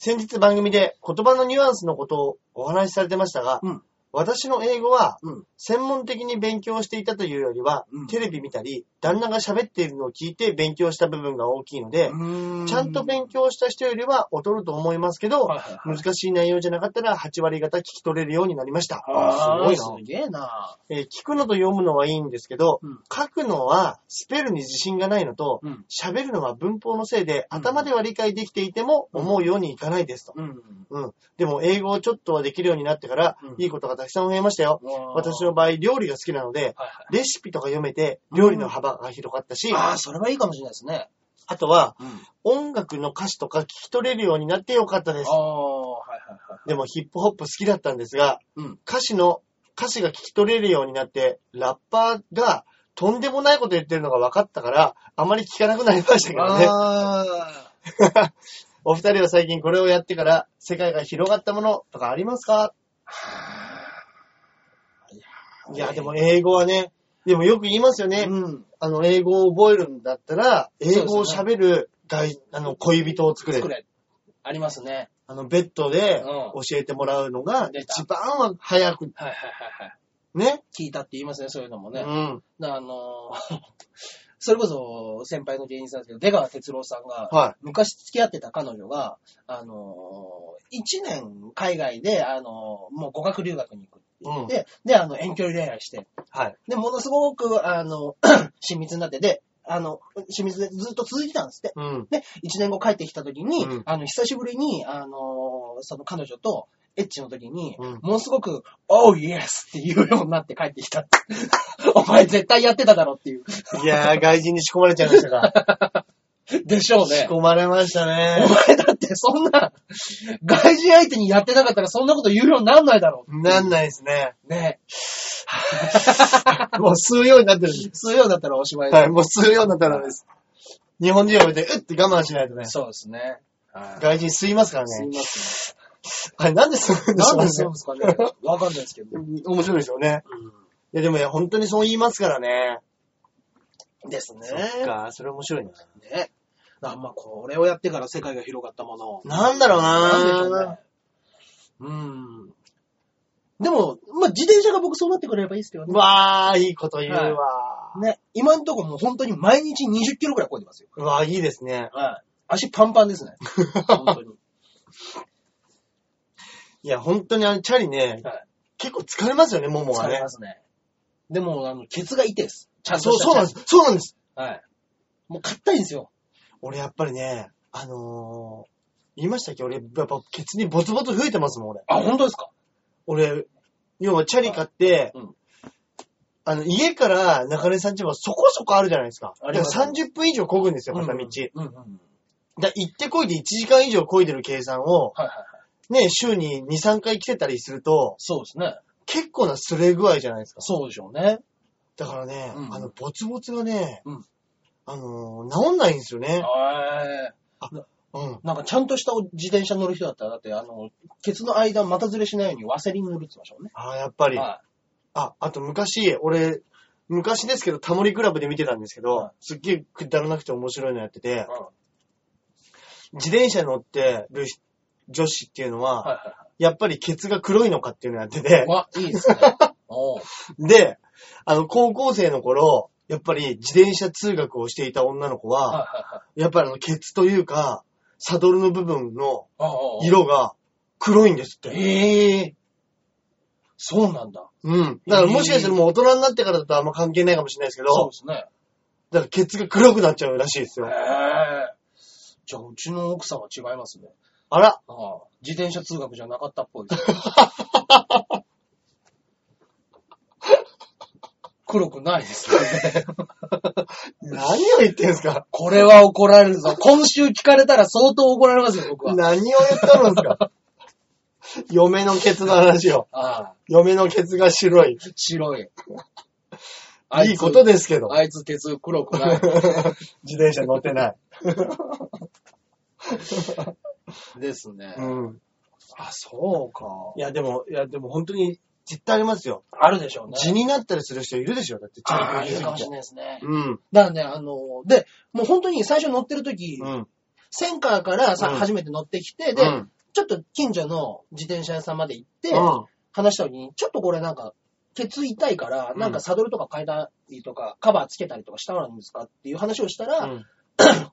Speaker 2: 先日番組で言葉のニュアンスのことをお話しされてましたが、
Speaker 1: うん
Speaker 2: 私の英語は
Speaker 1: うん。
Speaker 2: 専門的に勉強していたというよりは、
Speaker 1: うん
Speaker 2: テレビ見たり、旦那が喋っているのを聞いて勉強した部分が大きいので、ちゃんと勉強した人よりは劣ると思いますけど、
Speaker 1: はいはいはい
Speaker 2: 難しい内容じゃなかったら8割方聞き取れるようになりました。
Speaker 1: ああ、
Speaker 2: ー
Speaker 1: すごいな。すげえな。
Speaker 2: えー聞くのと読むのはいいんですけど、
Speaker 1: うん
Speaker 2: 書くのはスペルに自信がないのと、
Speaker 1: うん。
Speaker 2: 喋るのは文法のせいで、
Speaker 1: うん
Speaker 2: 頭では理解できていても思うようにいかないですと。
Speaker 1: うん。
Speaker 2: うん。でも、英語をちょっとはできるようになってから
Speaker 1: うん、
Speaker 2: いいことがたくさん増えましたよ。私の場合、料理が好きなので、
Speaker 1: はいはい。
Speaker 2: レシピとか読めて、料理の幅が広がったし、
Speaker 1: ああ、
Speaker 2: あ
Speaker 1: それはいいかもしれないですね。
Speaker 2: とは、
Speaker 1: うん。
Speaker 2: 音楽の歌詞とか聞き取れるようになってよかったです
Speaker 1: あ。あ、はいはいはい。
Speaker 2: でも、ヒップホップ好きだったんですが、
Speaker 1: うん。
Speaker 2: 歌詞の、歌詞が聞き取れるようになって、ラッパーが、とんでもないこと言ってるのが分かったから、あまり聞かなくなりましたけどね。
Speaker 1: ああ。
Speaker 2: お二人は最近これをやってから世界が広がったものとかありますかいや、でも英語はね、でもよく言いますよね。
Speaker 1: うん。
Speaker 2: あの、英語を覚えるんだったら、英語を
Speaker 1: そうで
Speaker 2: 喋る外、あの、恋人を作れ
Speaker 1: 作。れ。ありますね。
Speaker 2: あの、ベッドで
Speaker 1: うん
Speaker 2: 教えてもらうのが
Speaker 1: 出た
Speaker 2: 一番は早く、
Speaker 1: はいはいはいはい。
Speaker 2: ね。
Speaker 1: 聞いたって言いますね、そういうのも
Speaker 2: う
Speaker 1: ね。
Speaker 2: ん。
Speaker 1: だあのー それこそ先輩の芸人さんですけど、出川哲郎さんが、
Speaker 2: は
Speaker 1: 昔付き合ってた彼女が、あの1年海外で、あのーもう語学留学に行くって言って、で、あの、遠距離恋愛して、
Speaker 2: い。はい。
Speaker 1: で、ものすごく、あの、 親密になってで、あの、親密でずっと続いてたんですって。
Speaker 2: うん。
Speaker 1: で、1年後帰ってきた時に、
Speaker 2: うん
Speaker 1: あの、久しぶりに、あのーその彼女と、エッチの時に、
Speaker 2: うん
Speaker 1: ものすごく、Oh yes! って言うようになって帰ってきたって。 お前絶対やってただろっていう。
Speaker 2: いやー、外人に仕込まれちゃいまし たか。
Speaker 1: でしょう
Speaker 2: 仕
Speaker 1: ね。
Speaker 2: 込まれました
Speaker 1: お
Speaker 2: ね。
Speaker 1: 前だってそんな、外人相手にやってなかったらそんなこと言うようになんないだろ
Speaker 2: なんないですね。
Speaker 1: う。ね。
Speaker 2: もう吸うようになってるんです。
Speaker 1: そういうようだったらおしまいです。
Speaker 2: はい、もう吸うようになったらです。日本人は別に、うって我慢しないとね。
Speaker 1: そうですね。はい
Speaker 2: 外人吸いますから
Speaker 1: すい
Speaker 2: ね。
Speaker 1: ませ
Speaker 2: あれ、なんで吸うん
Speaker 1: ん。
Speaker 2: でし
Speaker 1: な
Speaker 2: ょ
Speaker 1: ん
Speaker 2: うね
Speaker 1: でそうですかね。わかんないですけど。
Speaker 2: 面白いですよね。いや、でもね、本当にそう言いますからね。
Speaker 1: ですね。
Speaker 2: か、それ面白いな。
Speaker 1: ね。あまあ、これをやってから世界が広がったもの。
Speaker 2: なんだろう
Speaker 1: なんでしょう
Speaker 2: な
Speaker 1: ね。うん。でも、まあ、自転車が僕そうなってくれればいいですけど
Speaker 2: う
Speaker 1: ね。
Speaker 2: わー、いいこと言うわ、
Speaker 1: ね。今んとこもう本当に毎日20キロくらい超えてますよ。
Speaker 2: うわー、いいですね。
Speaker 1: はい。足パンパンですね。 本当に。
Speaker 2: いや、本当にあの、チャリね、
Speaker 1: はい
Speaker 2: 結構疲れますよね、ももが
Speaker 1: 疲れ
Speaker 2: ね
Speaker 1: ま。すね。でも、あの、ケツが痛いです。ちゃん
Speaker 2: そ
Speaker 1: と
Speaker 2: う、
Speaker 1: した
Speaker 2: そうなんです。そうなんです。
Speaker 1: はい。もう硬いんですよ。
Speaker 2: 俺やっぱりね、あのー、言いましたっけ俺、やっぱケツにボツボツ増えてますもん、俺。
Speaker 1: あ、本当ですか
Speaker 2: 俺、要はチャリ買って、
Speaker 1: うん
Speaker 2: あの、家から中根さん家はそこそこあるじゃないですか。
Speaker 1: あります
Speaker 2: だから30分以上漕ぐんですよ、片道。
Speaker 1: うんうんうん。
Speaker 2: だ行ってこいで1時間以上漕いでる計算を、
Speaker 1: はいはいはい。
Speaker 2: ね、週に2、3回来てたりすると、
Speaker 1: そうですね。
Speaker 2: 結構なすれ具合じゃないですか。
Speaker 1: そうでしょうね。
Speaker 2: だからね、
Speaker 1: うん
Speaker 2: あの、ボツボツがね、
Speaker 1: うん
Speaker 2: あのー治んないんですよね。
Speaker 1: は
Speaker 2: うん。
Speaker 1: い。なんかちゃんとしたお自転車乗る人だったら、だって、あの、ケツの間、股ずれしないようにワセリン塗るって言ってましたもんね。
Speaker 2: ああ、やっぱり。
Speaker 1: は
Speaker 2: あ、あと昔、俺、昔ですけど、タモリクラブで見てたんですけど、
Speaker 1: はい
Speaker 2: すっげえくだらなくて面白いのやってて
Speaker 1: い。、うん。はい
Speaker 2: 自転車乗ってる女子っていうのは、
Speaker 1: はいは
Speaker 2: やっぱりケツが黒いのかっていうのやってて
Speaker 1: い。う、わ、いいですね。おう
Speaker 2: で、あの、高校生の頃、やっぱり自転車通学をしていた女の子は、
Speaker 1: はいはいはい。
Speaker 2: やっぱりあの、ケツというか、サドルの部分の
Speaker 1: おうおう
Speaker 2: 色が黒いんですって。
Speaker 1: ええそうなんだ。
Speaker 2: うん。だからもしかしたらもう大人になってからだとあんま関係ないかもしれないですけど、
Speaker 1: そうですね。
Speaker 2: だからケツが黒くなっちゃうらしいです
Speaker 1: へ
Speaker 2: よ。
Speaker 1: え。じゃあ、うちの奥さんは違いますね。
Speaker 2: あら、
Speaker 1: ああ自転車通学じゃなかったっぽい です。黒くないですね。
Speaker 2: 何を言ってんすか
Speaker 1: これは怒られるぞ。今週聞かれたら相当怒られますよ、僕は。
Speaker 2: 何を言ったのんすか嫁のケツの話を。
Speaker 1: ああ、
Speaker 2: 嫁のケツが白い。
Speaker 1: 白い。
Speaker 2: いいことですけど。
Speaker 1: あいつ鉄黒くない。
Speaker 2: 自転車乗っ てない。
Speaker 1: ですね。
Speaker 2: うん。
Speaker 1: あ、そうか。
Speaker 2: いや、でも、いや、でも本当に絶対ありますよ。
Speaker 1: あるでしょうね。
Speaker 2: 地になったりする人いるでしょだって、
Speaker 1: ああ、い
Speaker 2: チ
Speaker 1: る
Speaker 2: ャリティー
Speaker 1: かもし
Speaker 2: す
Speaker 1: れ
Speaker 2: ぎ
Speaker 1: ないですね
Speaker 2: て。うん。
Speaker 1: だからね、あの、で、もう本当に最初乗ってる時、
Speaker 2: うん。
Speaker 1: センカーからさ、
Speaker 2: うん
Speaker 1: 初めて乗ってきて、で、
Speaker 2: うん
Speaker 1: ちょっと近所の自転車屋さんまで行って、
Speaker 2: うん
Speaker 1: 話した時に、ちょっとこれなんか、ケツ痛いから、
Speaker 2: うん
Speaker 1: なんかサドルとか変えたりとか、カバーつけたりとかしたらいいんですかっていう話をしたら、
Speaker 2: うん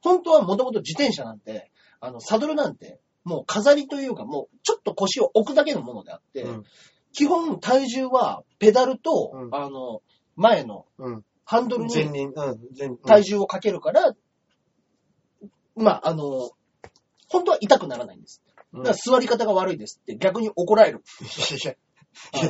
Speaker 1: 本当はもともと自転車なんて、あの、サドルなんて、もう飾りというか、もうちょっと腰を置くだけのものであって、
Speaker 2: うん
Speaker 1: 基本体重はペダルと、
Speaker 2: うん
Speaker 1: あの、前の
Speaker 2: うん。
Speaker 1: ハンドルに
Speaker 2: 前輪、うん。前輪。
Speaker 1: 体重をかけるから、まあ、あの、本当は痛くならないんです。
Speaker 2: う
Speaker 1: だ
Speaker 2: ん
Speaker 1: から座り方が悪いですって逆に怒られる。
Speaker 2: いやいや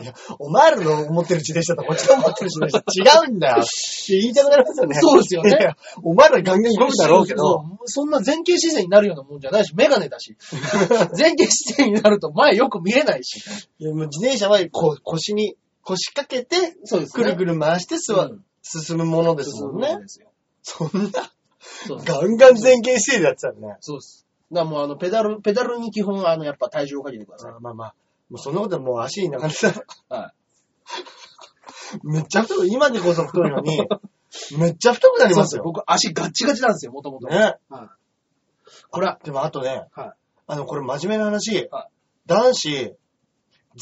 Speaker 2: いや、お前らの思ってる自転車とこっちの思ってる自転車違うんだよ。言いたくなりますよね。
Speaker 1: そうですよね
Speaker 2: いやいや。お前らガンガン動くだろうけど。
Speaker 1: そうそんな前傾姿勢になるようなもんじゃないし、メガネだ し。前傾姿勢になると前よく見えないし。
Speaker 2: いやもう自転車はこう腰に、腰掛けて、
Speaker 1: そうです
Speaker 2: く
Speaker 1: ね。
Speaker 2: るくる回して座、
Speaker 1: うん
Speaker 2: 進むものです
Speaker 1: そう
Speaker 2: もん
Speaker 1: な
Speaker 2: ね
Speaker 1: ん。ですよ。
Speaker 2: そんな、
Speaker 1: そうです。
Speaker 2: ガンガン前傾姿勢でやってたのね。
Speaker 1: そうです。だからもうあの、ペダル、ペダルに基本あの、やっぱ体重をかけてください。
Speaker 2: あまあまあ、もうそんなことはもう足に流れた。
Speaker 1: は
Speaker 2: めっちゃ太く、今でこそ太いのに、めっちゃ太くなり
Speaker 1: そう
Speaker 2: ま
Speaker 1: ですすよ。
Speaker 2: よ。
Speaker 1: 僕足ガッチガチなんですよ、もともと。
Speaker 2: ね。
Speaker 1: これは、
Speaker 2: でもあとね、
Speaker 1: はい
Speaker 2: あの、これ真面目な話、
Speaker 1: はい
Speaker 2: 男子、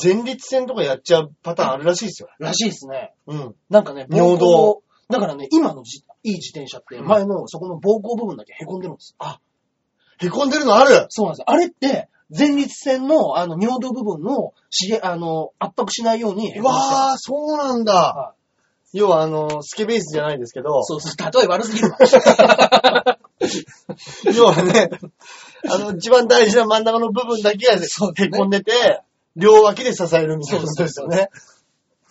Speaker 2: 前立腺とかやっちゃうパターンあるらしいですよ。
Speaker 1: らしいですね。
Speaker 2: うん。
Speaker 1: なんかね、
Speaker 2: 尿道
Speaker 1: 膀胱だからね、今のじいい自転車って、
Speaker 2: うん
Speaker 1: 前のそこの膀胱部分だけ凹んでるんです。
Speaker 2: 凹んでるのある
Speaker 1: そうなんです。あれって、前立腺の、あの、尿道部分を、しげ、あの、圧迫しないように。あ。
Speaker 2: わー、そうなんだ。
Speaker 1: は
Speaker 2: 要はあの、スケベースじゃないですけど、
Speaker 1: そうそう、例え悪すぎる わ。
Speaker 2: 要はね、あの、一番大事な真ん中の部分だけが
Speaker 1: そうですね
Speaker 2: 凹んでて、両脇で支えるみたいなことですよね。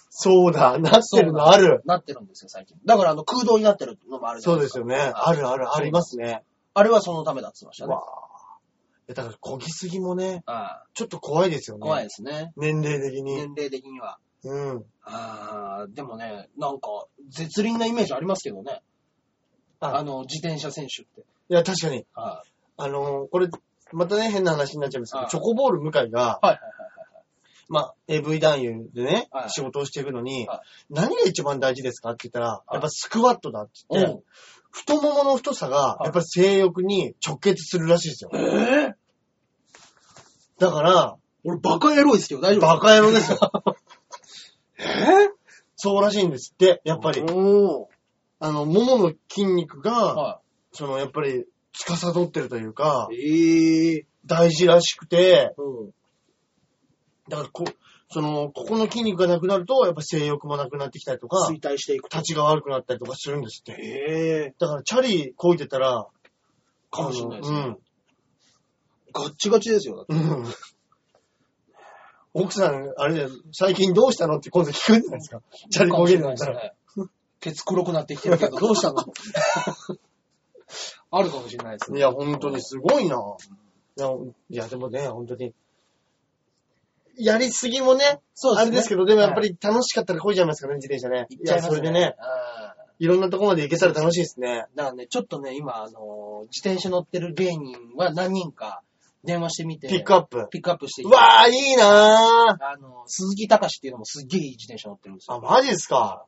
Speaker 2: そうだ、なってるのある。
Speaker 1: なってるんですよ、最近。だから、あの、空洞になってるのもあるじゃな
Speaker 2: そう
Speaker 1: い
Speaker 2: で
Speaker 1: です
Speaker 2: す
Speaker 1: か。
Speaker 2: よね。あるある、ありますね。
Speaker 1: あれはそのためだって言ってましたね
Speaker 2: わ。ーいやだから、こぎすぎもね、
Speaker 1: ああ
Speaker 2: ちょっと怖いですよね。
Speaker 1: 怖いですね。
Speaker 2: 年齢的に。
Speaker 1: 年齢的には。
Speaker 2: うん。
Speaker 1: ああ、でもね、なんか、絶倫なイメージありますけどね。
Speaker 2: あ
Speaker 1: あの、自転車選手って。
Speaker 2: いや、確かに。
Speaker 1: あ
Speaker 2: あのーこれ、またね、変な話になっちゃいますけ
Speaker 1: は
Speaker 2: ど、
Speaker 1: い
Speaker 2: チョコボール向井が、
Speaker 1: あはいはい
Speaker 2: まあ、AV 男優でね
Speaker 1: は、い
Speaker 2: 仕事をしていくのに
Speaker 1: はい、
Speaker 2: 何が一番大事ですかって言ったら、
Speaker 1: い
Speaker 2: やっぱスクワットだって
Speaker 1: はい
Speaker 2: 言っ
Speaker 1: はい。
Speaker 2: て、太ももの太さが
Speaker 1: は、い
Speaker 2: やっぱり性欲に直結するらしいですよ。
Speaker 1: ええ
Speaker 2: だから、
Speaker 1: 俺バカエロいですけど大丈夫
Speaker 2: バカ野 郎ですよ。
Speaker 1: えやっ
Speaker 2: そうらしいんですって、やっぱり。
Speaker 1: お
Speaker 2: あの、ももの筋肉
Speaker 1: ー。
Speaker 2: が、
Speaker 1: は
Speaker 2: その、やっぱり、司ってるというか、
Speaker 1: い。ええ
Speaker 2: 大事らしくて、
Speaker 1: うん。
Speaker 2: だからこ、その、ここの筋肉がなくなると、やっぱ性欲もなくなってきたりとか、
Speaker 1: 衰退していくと
Speaker 2: 立。ちが悪くなったりとかするんですって。
Speaker 1: ええ
Speaker 2: だから、チャリ漕いでたら、
Speaker 1: かもしれないです
Speaker 2: あ
Speaker 1: ね。
Speaker 2: の
Speaker 1: ガッチガチですよ。だって
Speaker 2: うん。うん。奥さん、あれだよ最近どうしたのって今度聞くんじゃない ですか。チャリ
Speaker 1: か
Speaker 2: 焦
Speaker 1: もし
Speaker 2: げ
Speaker 1: れ
Speaker 2: る
Speaker 1: ない
Speaker 2: ん
Speaker 1: です
Speaker 2: だったら。
Speaker 1: ね。ケツ黒くなってきてるけど、どうしたの あるかもしれないです
Speaker 2: い
Speaker 1: ね。
Speaker 2: や、本当にすごいな。いや、いやでもね、本当に。やりすぎもね、
Speaker 1: そう
Speaker 2: あれですけど、でもやっぱり楽しかったら漕いじゃいますからね、自転車ね。
Speaker 1: 行っちゃいます
Speaker 2: や、それでね、。
Speaker 1: うん
Speaker 2: いろんなとこまで行けたら楽しいですね。
Speaker 1: だからね、ちょっとね、今、あのー、自転車乗ってる芸人は何人か電話してみて、
Speaker 2: ピックアップ。
Speaker 1: ピックアップして
Speaker 2: うわー、いいなー。
Speaker 1: あの、鈴木隆っていうのもすっげえいい自転車乗ってるんです
Speaker 2: あ、
Speaker 1: よ。
Speaker 2: マジですか。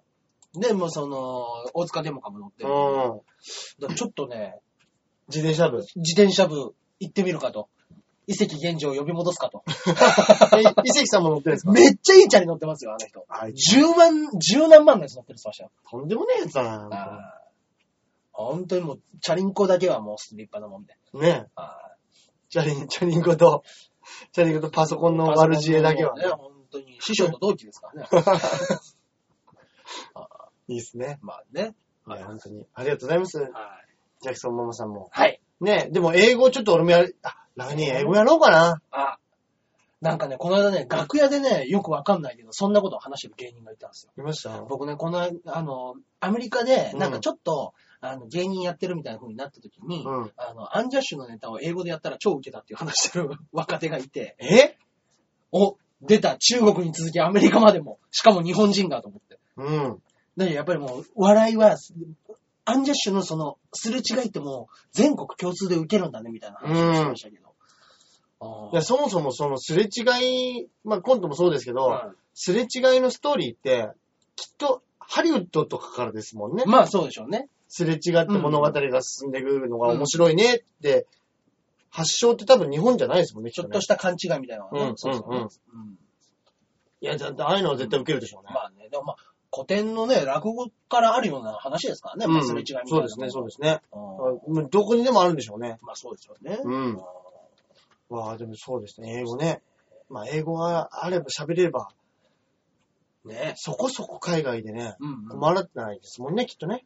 Speaker 1: で、もうその、大塚デモカも乗って
Speaker 2: う
Speaker 1: る。だか
Speaker 2: ん。
Speaker 1: らちょっとね、
Speaker 2: 自 転車部。
Speaker 1: 自転車部行ってみるかと。遺跡現状を呼び戻す かと。
Speaker 2: え、伊関さんも乗ってるんですか
Speaker 1: めっちゃいいチャリ乗ってますよ、あの人。
Speaker 2: あいつ
Speaker 1: 10万、10何万のやつ乗ってるって言ってましたよ。
Speaker 2: とんでもねえやつだな。
Speaker 1: あー本当にもう、チャリンコだけはもう立派なもんで。
Speaker 2: ねえ。
Speaker 1: あ
Speaker 2: チャリン、チャリンコと、チャリンコとパソコン
Speaker 1: ー
Speaker 2: の悪知恵だけは
Speaker 1: ね、
Speaker 2: ね。
Speaker 1: 本当に。師匠と同期ですからね。
Speaker 2: いいっすね。
Speaker 1: まあね。
Speaker 2: はい、本当に。ありがとうございます。
Speaker 1: はい。
Speaker 2: ジャクソンママさんも。
Speaker 1: はい。
Speaker 2: ねえ、でも英語ちょっと俺もやる、あ、来年英語やろうかな。
Speaker 1: あ、なんかね、この間ね、楽屋でね、よくわかんないけど、そんなことを話してる芸人がいたんですよ。
Speaker 2: いました
Speaker 1: 僕ね、この間、あの、アメリカで、
Speaker 2: うん
Speaker 1: なんかちょっと、あの、芸人やってるみたいな風になった時に、
Speaker 2: うん
Speaker 1: あの、アンジャッシュのネタを英語でやったら超ウケたっていう話してる 若手がいて、
Speaker 2: え
Speaker 1: お、出た、中国に続きアメリカまでも、しかも日本人がと思って。
Speaker 2: うん。
Speaker 1: だけどやっぱりもう、笑いは、アンジャッシュのその、すれ違いってもう、全国共通でウケるんだね、みたいな話をしてましたけど。あ
Speaker 2: いや、そもそもそのすれ違い、まあコントもそうですけ
Speaker 1: ー
Speaker 2: ど、すれ違いのストーリーって、きっとハリウッドとかからですもんね。
Speaker 1: まあそうでしょうね。
Speaker 2: すれ違って物語が進んでくるのが面白いねって、発祥って多分日本じゃないですもんね、
Speaker 1: ちょっ
Speaker 2: ね
Speaker 1: とした勘違いみたいなのがね
Speaker 2: うん
Speaker 1: そうそう
Speaker 2: うんうん
Speaker 1: うん
Speaker 2: いや、だってああいうのは絶対受けるでしょうね。
Speaker 1: まあね、でもまあ、古典のね、落語からあるような話ですからね、
Speaker 2: う
Speaker 1: ま
Speaker 2: ん
Speaker 1: あ、すれ違いみたいな。
Speaker 2: そうですね、そうですね。
Speaker 1: うん。
Speaker 2: あもうどこにでもあるんでしょうね。
Speaker 1: まあそうですよね。
Speaker 2: うんわあ、でもそうですね、英語ね。まあ、英語があれば喋れば、
Speaker 1: ね
Speaker 2: そこそこ海外でね、
Speaker 1: うんうん
Speaker 2: 困らないですもんね、きっとね。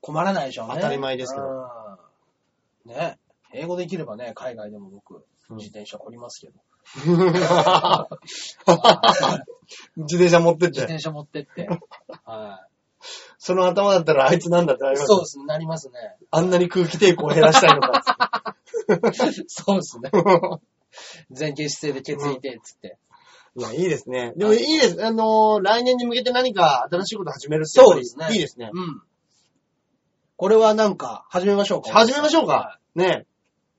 Speaker 1: 困らないでしょうね。
Speaker 2: 当たり前ですけど
Speaker 1: うん。ね英語できればね、海外でも僕、
Speaker 2: うん
Speaker 1: 自転車凝りますけど。
Speaker 2: 自転車持ってっ
Speaker 1: 自
Speaker 2: て。
Speaker 1: 転車持って って。は
Speaker 2: その頭だったらあいつなんだってあ
Speaker 1: い。
Speaker 2: ります
Speaker 1: そうですね、なりますね。
Speaker 2: あんなに空気抵抗を減らしたいのかっつって。
Speaker 1: そうです ね。前傾姿勢でケツいて、つって。
Speaker 2: いや、いいですね。でもいいです。あのー来年に向けて何か新しいこと始めるって
Speaker 1: そうですね
Speaker 2: やっぱりいいですね。
Speaker 1: うん。これはなんか、始めましょうか。
Speaker 2: 始めましょう
Speaker 1: は
Speaker 2: か
Speaker 1: い。。
Speaker 2: ね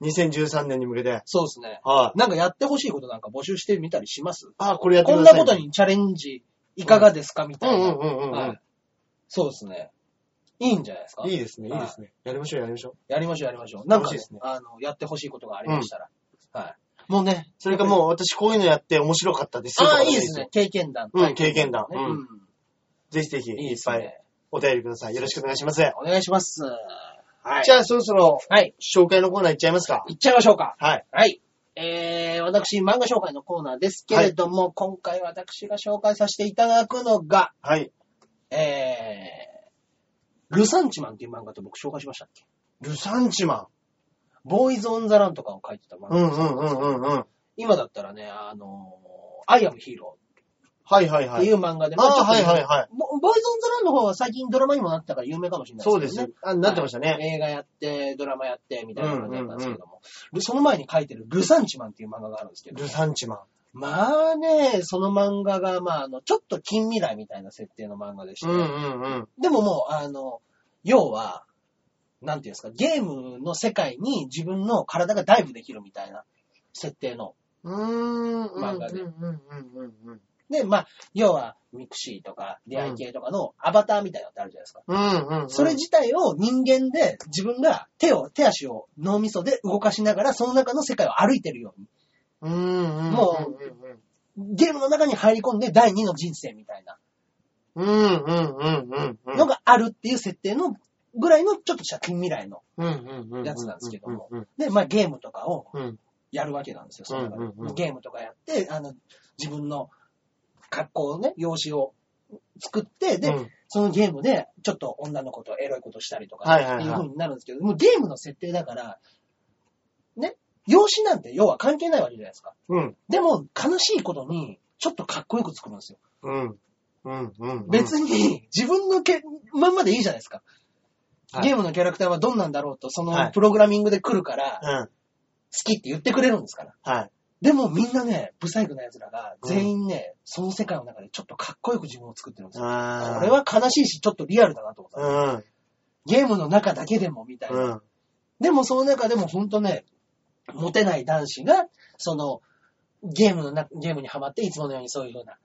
Speaker 2: 2013年に向けて。
Speaker 1: そうですね。
Speaker 2: はい。
Speaker 1: なんかやってほしいことなんか募集してみたりします
Speaker 2: あ、これやって
Speaker 1: こ
Speaker 2: く
Speaker 1: ん
Speaker 2: だ
Speaker 1: な
Speaker 2: さい。
Speaker 1: こと。にチャレンジいかがですかみ
Speaker 2: う
Speaker 1: たい
Speaker 2: ん
Speaker 1: な。
Speaker 2: うんうんうんうん。
Speaker 1: はいそうですね。いいんじゃないですか
Speaker 2: いいですね、いいですね。やりましょう、やりましょう。
Speaker 1: やりましょう、やりましょう。なんか、
Speaker 2: 楽しい
Speaker 1: ね
Speaker 2: ですね
Speaker 1: あの、やってほしいことがありましたら。はい。もうね。
Speaker 2: それかもう、私こういうのやって面白かったです。
Speaker 1: ああ、いいですね。。経験談。
Speaker 2: うん経験談
Speaker 1: ね
Speaker 2: うんぜひぜひ、
Speaker 1: うん。いい
Speaker 2: い
Speaker 1: で
Speaker 2: っ
Speaker 1: す
Speaker 2: ぱい
Speaker 1: ね。
Speaker 2: お便りください。よろしくお願いします。
Speaker 1: お願いします。はい。
Speaker 2: じゃあ、そろそろ、
Speaker 1: はい。
Speaker 2: 紹介のコーナーいっちゃいますか。
Speaker 1: 行っちゃいましょうか。
Speaker 2: はい。
Speaker 1: はい。えー、私、漫画紹介のコーナーですけれども、今回私が紹介させていただくのが、
Speaker 2: はい。
Speaker 1: えー、ルサンチマンっていう漫画って僕紹介しましたっけ
Speaker 2: ルサンチマ
Speaker 1: ボーイズ・オン・ザ・ランとかを書いてた漫
Speaker 2: ン。う
Speaker 1: 画。
Speaker 2: んうんうんうんうん。
Speaker 1: 今だったらね、あのー、アイアム・ヒーロ
Speaker 2: はいはい
Speaker 1: ーっ
Speaker 2: は
Speaker 1: てい
Speaker 2: い。
Speaker 1: う漫画で、。
Speaker 2: ああ、はいはいいはい。
Speaker 1: ボボーイズ・オン・ザ・ランの方は最近ドラマにもなったから有名かもしれない
Speaker 2: そう
Speaker 1: け
Speaker 2: で
Speaker 1: ど
Speaker 2: すよ。あ、なってましたね。
Speaker 1: 映画やって、ドラマやって、みたいな感じだったんですけども。でその前に書いてるルサンチマンっていう漫画があるんですけど
Speaker 2: ル。サンチマン。
Speaker 1: まあね、その漫画が、まあ、あの、ちょっと近未来みたいな設定の漫画でして、
Speaker 2: んうん。
Speaker 1: でももう、あの、要は、なんていうんですか、ゲームの世界に自分の体がダイブできるみたいな設定の。
Speaker 2: うーん。
Speaker 1: 漫画で
Speaker 2: うんうんうんうん。
Speaker 1: で、まあ、要は、ミクシーとか、出会い系とかのアバターみたいなのってあるじゃないですか。
Speaker 2: うんうんうん。
Speaker 1: それ自体を人間で自分が手を、手足を脳みそで動かしながら、その中の世界を歩いてるように。
Speaker 2: うんうんうん。
Speaker 1: もゲームの中に入り込んで第二の人生みたいな
Speaker 2: うん。うんうんうんうんうん。
Speaker 1: のがあるっていう設定のぐらいのちょっとした近未来の
Speaker 2: うんうんうんうん。
Speaker 1: やつなんですけども
Speaker 2: うん
Speaker 1: で、まあゲームとかを
Speaker 2: うん。
Speaker 1: やるわけなんですよ、その中で
Speaker 2: うんうんうん
Speaker 1: ゲームとかやって、あの、自分の格好をね、用紙を作って、で、
Speaker 2: うん
Speaker 1: そのゲームで、ちょっと女の子とエロいことしたりとか、
Speaker 2: はい
Speaker 1: っ
Speaker 2: はいはい
Speaker 1: ていう風になるんですけど、もうゲームの設定だから、ね、用紙なんて要は関係ないわけじゃないですか。
Speaker 2: うん。
Speaker 1: でも、悲しいことに、ちょっとかっこよく作るんですよ。
Speaker 2: うん。うん。うん。
Speaker 1: 別に、自分のけまんまでいいじゃないですか。
Speaker 2: はい
Speaker 1: ゲームのキャラクターはどんなんだろうと、そ
Speaker 2: は
Speaker 1: の
Speaker 2: い
Speaker 1: プログラミングで来るから、
Speaker 2: うん。は
Speaker 1: 好きって言ってくれるんですから。
Speaker 2: い。
Speaker 1: でもみんなね、ブサイクな奴らが、全員ね、その世界の中でちょっとかっこよく自分を作ってるんですよ。
Speaker 2: あー
Speaker 1: これは悲しいし、ちょっとリアルだなと思った。
Speaker 2: うん。
Speaker 1: ゲームの中だけでもみたいな。
Speaker 2: うん。
Speaker 1: でもその中でもほんとね、モテない男子が、その、ゲームのな、ゲームにハマって、いつものようにそういうふうな、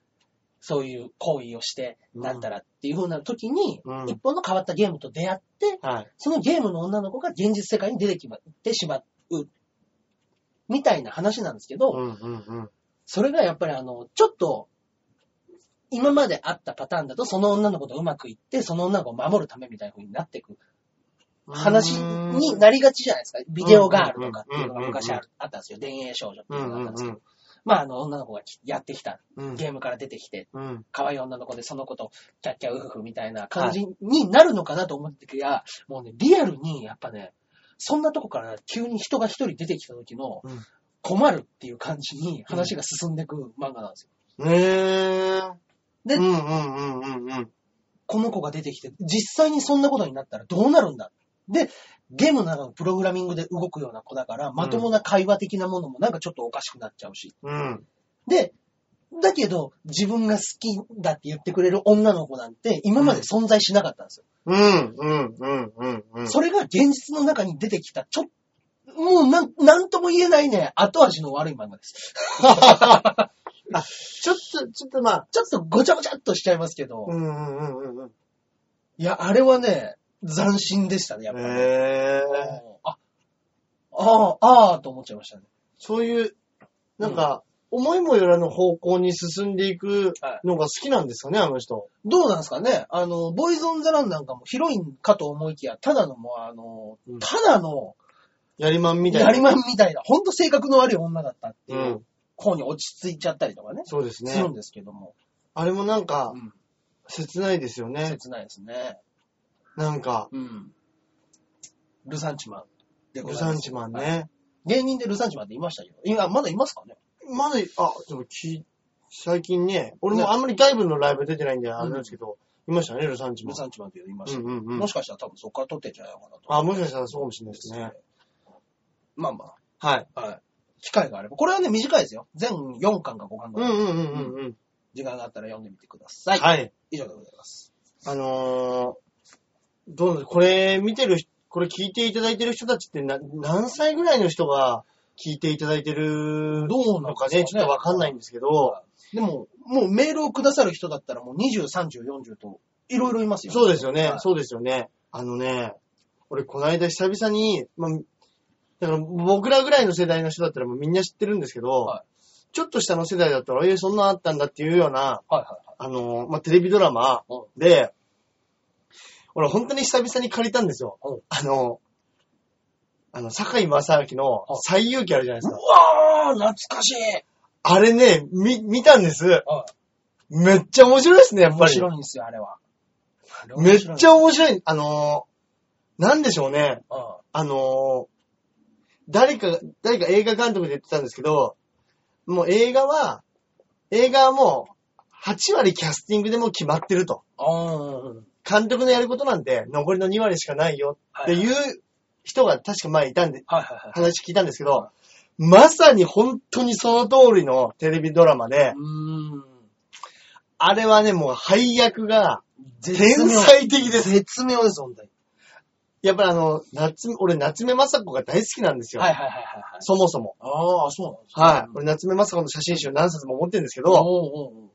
Speaker 1: そういう行為をして、
Speaker 2: うん
Speaker 1: なんたらっていうふうな時に、
Speaker 2: うん
Speaker 1: 一本の変わったゲームと出会って、
Speaker 2: はい。
Speaker 1: そのゲームの女の子が現実世界に出てきまってしまう、みたいな話なんですけど、
Speaker 2: うん。うん。うん。
Speaker 1: それがやっぱりあの、ちょっと、今まであったパターンだと、その女の子とうまくいって、その女の子を守るためみたいな風になっていく話になりがちじゃないですか。ビデオガールとかっていうのが昔あるあったんですよ。田園少女って
Speaker 2: う。
Speaker 1: いうんのがあっ
Speaker 2: うん。
Speaker 1: たんです
Speaker 2: う
Speaker 1: けど。
Speaker 2: ん。
Speaker 1: まあ、あの、女の子がやってきた。
Speaker 2: うん。
Speaker 1: ゲームから出てきて、
Speaker 2: うん。
Speaker 1: 可愛い女の子でその子とキャッキャウフフみたいな感じになるのかなと思ってきや、もうね、リアルに、やっぱね、そんなとこから急に人が一人出てきた時の
Speaker 2: うん、
Speaker 1: 困るっていう感じに話が進んでく漫画なんですよ。
Speaker 2: ねえ。
Speaker 1: で
Speaker 2: うんうんうんうんうん。
Speaker 1: この子が出てきて、実際にそんなことになったらどうなるんだで、ゲームの中のプログラミングで動くような子だから、まともな会話的なものもなんかちょっとおかしくなっちゃうし。
Speaker 2: うん。
Speaker 1: で、だけど、自分が好きだって言ってくれる女の子なんて、今まで存在しなかったんですよ。
Speaker 2: うんうんうんうんうん。
Speaker 1: それが現実の中に出てきた、ちょっもうなん、なんとも言えないね、後味の悪い漫画 です。
Speaker 2: ちょっと、ちょっとまあ。
Speaker 1: ちょっとごちゃごちゃっとしちゃいますけど、
Speaker 2: うんうんうんうん。
Speaker 1: いや、あれはね、斬新でしたね、やっぱり。
Speaker 2: へえ。
Speaker 1: あ、ああ、ああ、と思っちゃいましたね。
Speaker 2: そういう、なんか、思いもよらぬ方向に進んでいくのが好きなんですかね、あの人。
Speaker 1: どうなんですかねあの、ボーイズ・オン・ザ・ランなんかもヒロインかと思いきや、ただのもう、あの
Speaker 2: うん、
Speaker 1: ただの、
Speaker 2: やりまんみたいな。。
Speaker 1: やりまんみたいな、ほんと性格の悪い女だったっていううん方に落ち着いちゃったりとかね、
Speaker 2: そうですね
Speaker 1: す。るんですけども。
Speaker 2: あれもなんか
Speaker 1: う、ん。
Speaker 2: 切ないですよね。
Speaker 1: 切ないですね。
Speaker 2: なんか、
Speaker 1: うん。ルサンチマンでご
Speaker 2: ル
Speaker 1: ざい
Speaker 2: サ
Speaker 1: ます。
Speaker 2: ンチマン
Speaker 1: はい。
Speaker 2: ね。
Speaker 1: 芸人でルサンチマンっていましたけど、今、まだいますかね
Speaker 2: まだ、あ、でもき、最近ね、俺もあんまり外部のライブ出てないんで、あれなんですけど、いましたね、ルサンチマ
Speaker 1: ル
Speaker 2: ン。
Speaker 1: サンチマンっていうのいま
Speaker 2: う
Speaker 1: した
Speaker 2: ん
Speaker 1: けど。
Speaker 2: うんうん
Speaker 1: も。しかしたら多分そこから撮ってんじゃないのかなと。
Speaker 2: あ、もしかしたらそうかもしれないですね。。
Speaker 1: まあま
Speaker 2: はい。
Speaker 1: あ、はい。機会があれば。これはね、短いですよ。全4巻か5巻か
Speaker 2: うん
Speaker 1: ら。
Speaker 2: うんうんうんうん。
Speaker 1: 時間があったら読んでみてください。
Speaker 2: はい。
Speaker 1: 以上でございます。
Speaker 2: あのー、どうなんこれ見てる人、これ聞いていただいてる人たちってな何歳ぐらいの人が聞いていただいてる
Speaker 1: どうな
Speaker 2: の
Speaker 1: んですか
Speaker 2: か
Speaker 1: ね
Speaker 2: ね、ちょっとわかんないんですけど、
Speaker 1: でも、もうメールをくださる人だったらもう20、30、40と、いろいろいますよ、
Speaker 2: そうですよね
Speaker 1: は、い
Speaker 2: そうですよね。あのね、俺この間久々に、まあ、だから僕らぐらいの世代の人だったらもうみんな知ってるんですけど、
Speaker 1: は
Speaker 2: ちょっと下の世代だったら、えー、そんなんあったんだっていうような、
Speaker 1: はいはいはい。
Speaker 2: あのー、まあ、テレビドラマで、俺本当に久々に借りたんですよ
Speaker 1: うん。
Speaker 2: あの、あの、坂井正明の
Speaker 1: うん
Speaker 2: 最勇気あるじゃないですか。
Speaker 1: うわー、懐かしい。
Speaker 2: あれね、み、見たんです。
Speaker 1: は
Speaker 2: めっちゃ面白いですね、や
Speaker 1: い。
Speaker 2: っ
Speaker 1: 面
Speaker 2: ぱり。
Speaker 1: 白いんですよ、あれは。あれ
Speaker 2: め
Speaker 1: 面
Speaker 2: っ
Speaker 1: 白い
Speaker 2: ちゃ面白い。あのー、なんでしょうね。
Speaker 1: うん
Speaker 2: あのー、誰かが、誰か映画監督で言ってたんですけど、もう映画は、映画はもう、8割キャスティングでもう決まってると。
Speaker 1: あー。
Speaker 2: 監督のやることなんて残りの2割しかないよっていう人が確か前いたんで、
Speaker 1: はいはいはい。
Speaker 2: 話聞いたんですけど、まさに本当にその通りのテレビドラマで、
Speaker 1: うーん。
Speaker 2: あれはね、もう配役が、
Speaker 1: 天
Speaker 2: 才的です
Speaker 1: 絶妙です、本当に。
Speaker 2: やっぱりあの、夏、俺夏目雅子が大好きなんですよ。
Speaker 1: はいはいはいはいはい。
Speaker 2: そもそも。
Speaker 1: ああ、そうなんですか。
Speaker 2: はい。
Speaker 1: うん
Speaker 2: 俺夏目雅子の写真集何冊も持ってるんですけど、
Speaker 1: おうおうおう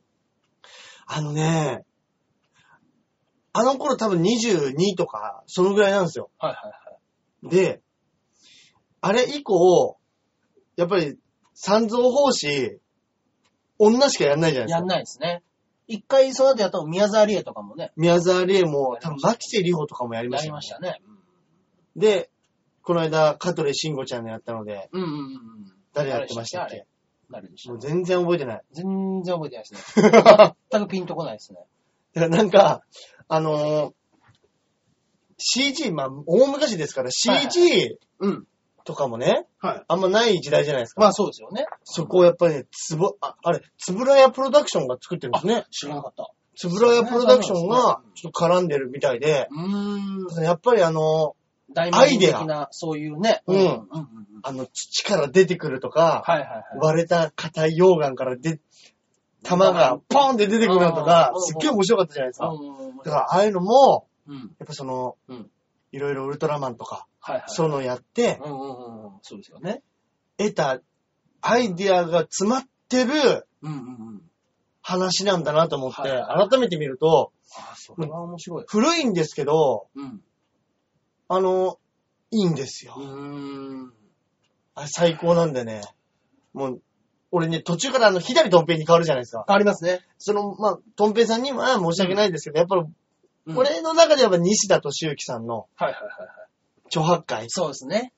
Speaker 2: あのね、あの頃多分22とか、そのぐらいなんですよ。
Speaker 1: はいはいはい。
Speaker 2: で、あれ以降、やっぱり、三蔵法師、女しかやんないじゃないです
Speaker 1: や
Speaker 2: か
Speaker 1: ん。ないですね。一回その後やったの宮沢りえとかもね、
Speaker 2: 宮沢りえも、多分、牧瀬里穂とかもやりま
Speaker 1: や
Speaker 2: した
Speaker 1: り
Speaker 2: よ、
Speaker 1: ましたね。
Speaker 2: で、この間、香取慎吾ちゃんのやったので、
Speaker 1: うんうんうんうん。
Speaker 2: 誰やってましたっけ
Speaker 1: なるでし
Speaker 2: も
Speaker 1: ょ
Speaker 2: う。全然覚えてない。
Speaker 1: 全然覚えてないですね。 全くピンとこないですね。
Speaker 2: いや、 なんか、あのー CG、まあ、大昔ですから CG
Speaker 1: うん。
Speaker 2: とかもね、
Speaker 1: はい。
Speaker 2: あんまない時代じゃないですか。
Speaker 1: まあそうですよね。
Speaker 2: そこをやっぱりね、つぶ、ああれ、つぶらやプロダクションが作ってるんですね。
Speaker 1: 知らなかった。
Speaker 2: つぶらやプロダクションがちょっと絡んでるみたいで、
Speaker 1: うーん。
Speaker 2: やっぱりあの、
Speaker 1: 大魔神的
Speaker 2: アイデ
Speaker 1: な、そういうね。
Speaker 2: うん
Speaker 1: うんうんうん。
Speaker 2: あの、土から出てくるとか、
Speaker 1: はいはいはい。
Speaker 2: 割れた硬い溶岩からで、玉がポーンって出てくるのとか
Speaker 1: う、ん
Speaker 2: すっげえ面白かったじゃないですか。
Speaker 1: うん
Speaker 2: だから、ああいうのも、
Speaker 1: うん。
Speaker 2: やっぱその
Speaker 1: うん、
Speaker 2: いろいろウルトラマンとか、
Speaker 1: はいはい。
Speaker 2: そういうのをやって、
Speaker 1: うんうんうん。そうですよね。
Speaker 2: 得たアイディアが詰まってる
Speaker 1: うんうんうん。
Speaker 2: 話なんだなと思って、
Speaker 1: はい
Speaker 2: 改めて見ると、
Speaker 1: あ、それは面白い。
Speaker 2: 古いんですけど、
Speaker 1: うん。
Speaker 2: あの、いいんです
Speaker 1: う
Speaker 2: よ。
Speaker 1: ーん。
Speaker 2: あれ最高なんでね。もう、俺ね、途中からあの、左とんぺいに変わるじゃないですか。
Speaker 1: ありますね。
Speaker 2: その、まあ、とんぺいさんには申し訳ないですけど、やっぱり、
Speaker 1: うんはい
Speaker 2: 俺の中ではやっぱ西田敏行さんの
Speaker 1: はいはいはい。
Speaker 2: 著白会。
Speaker 1: そうですね。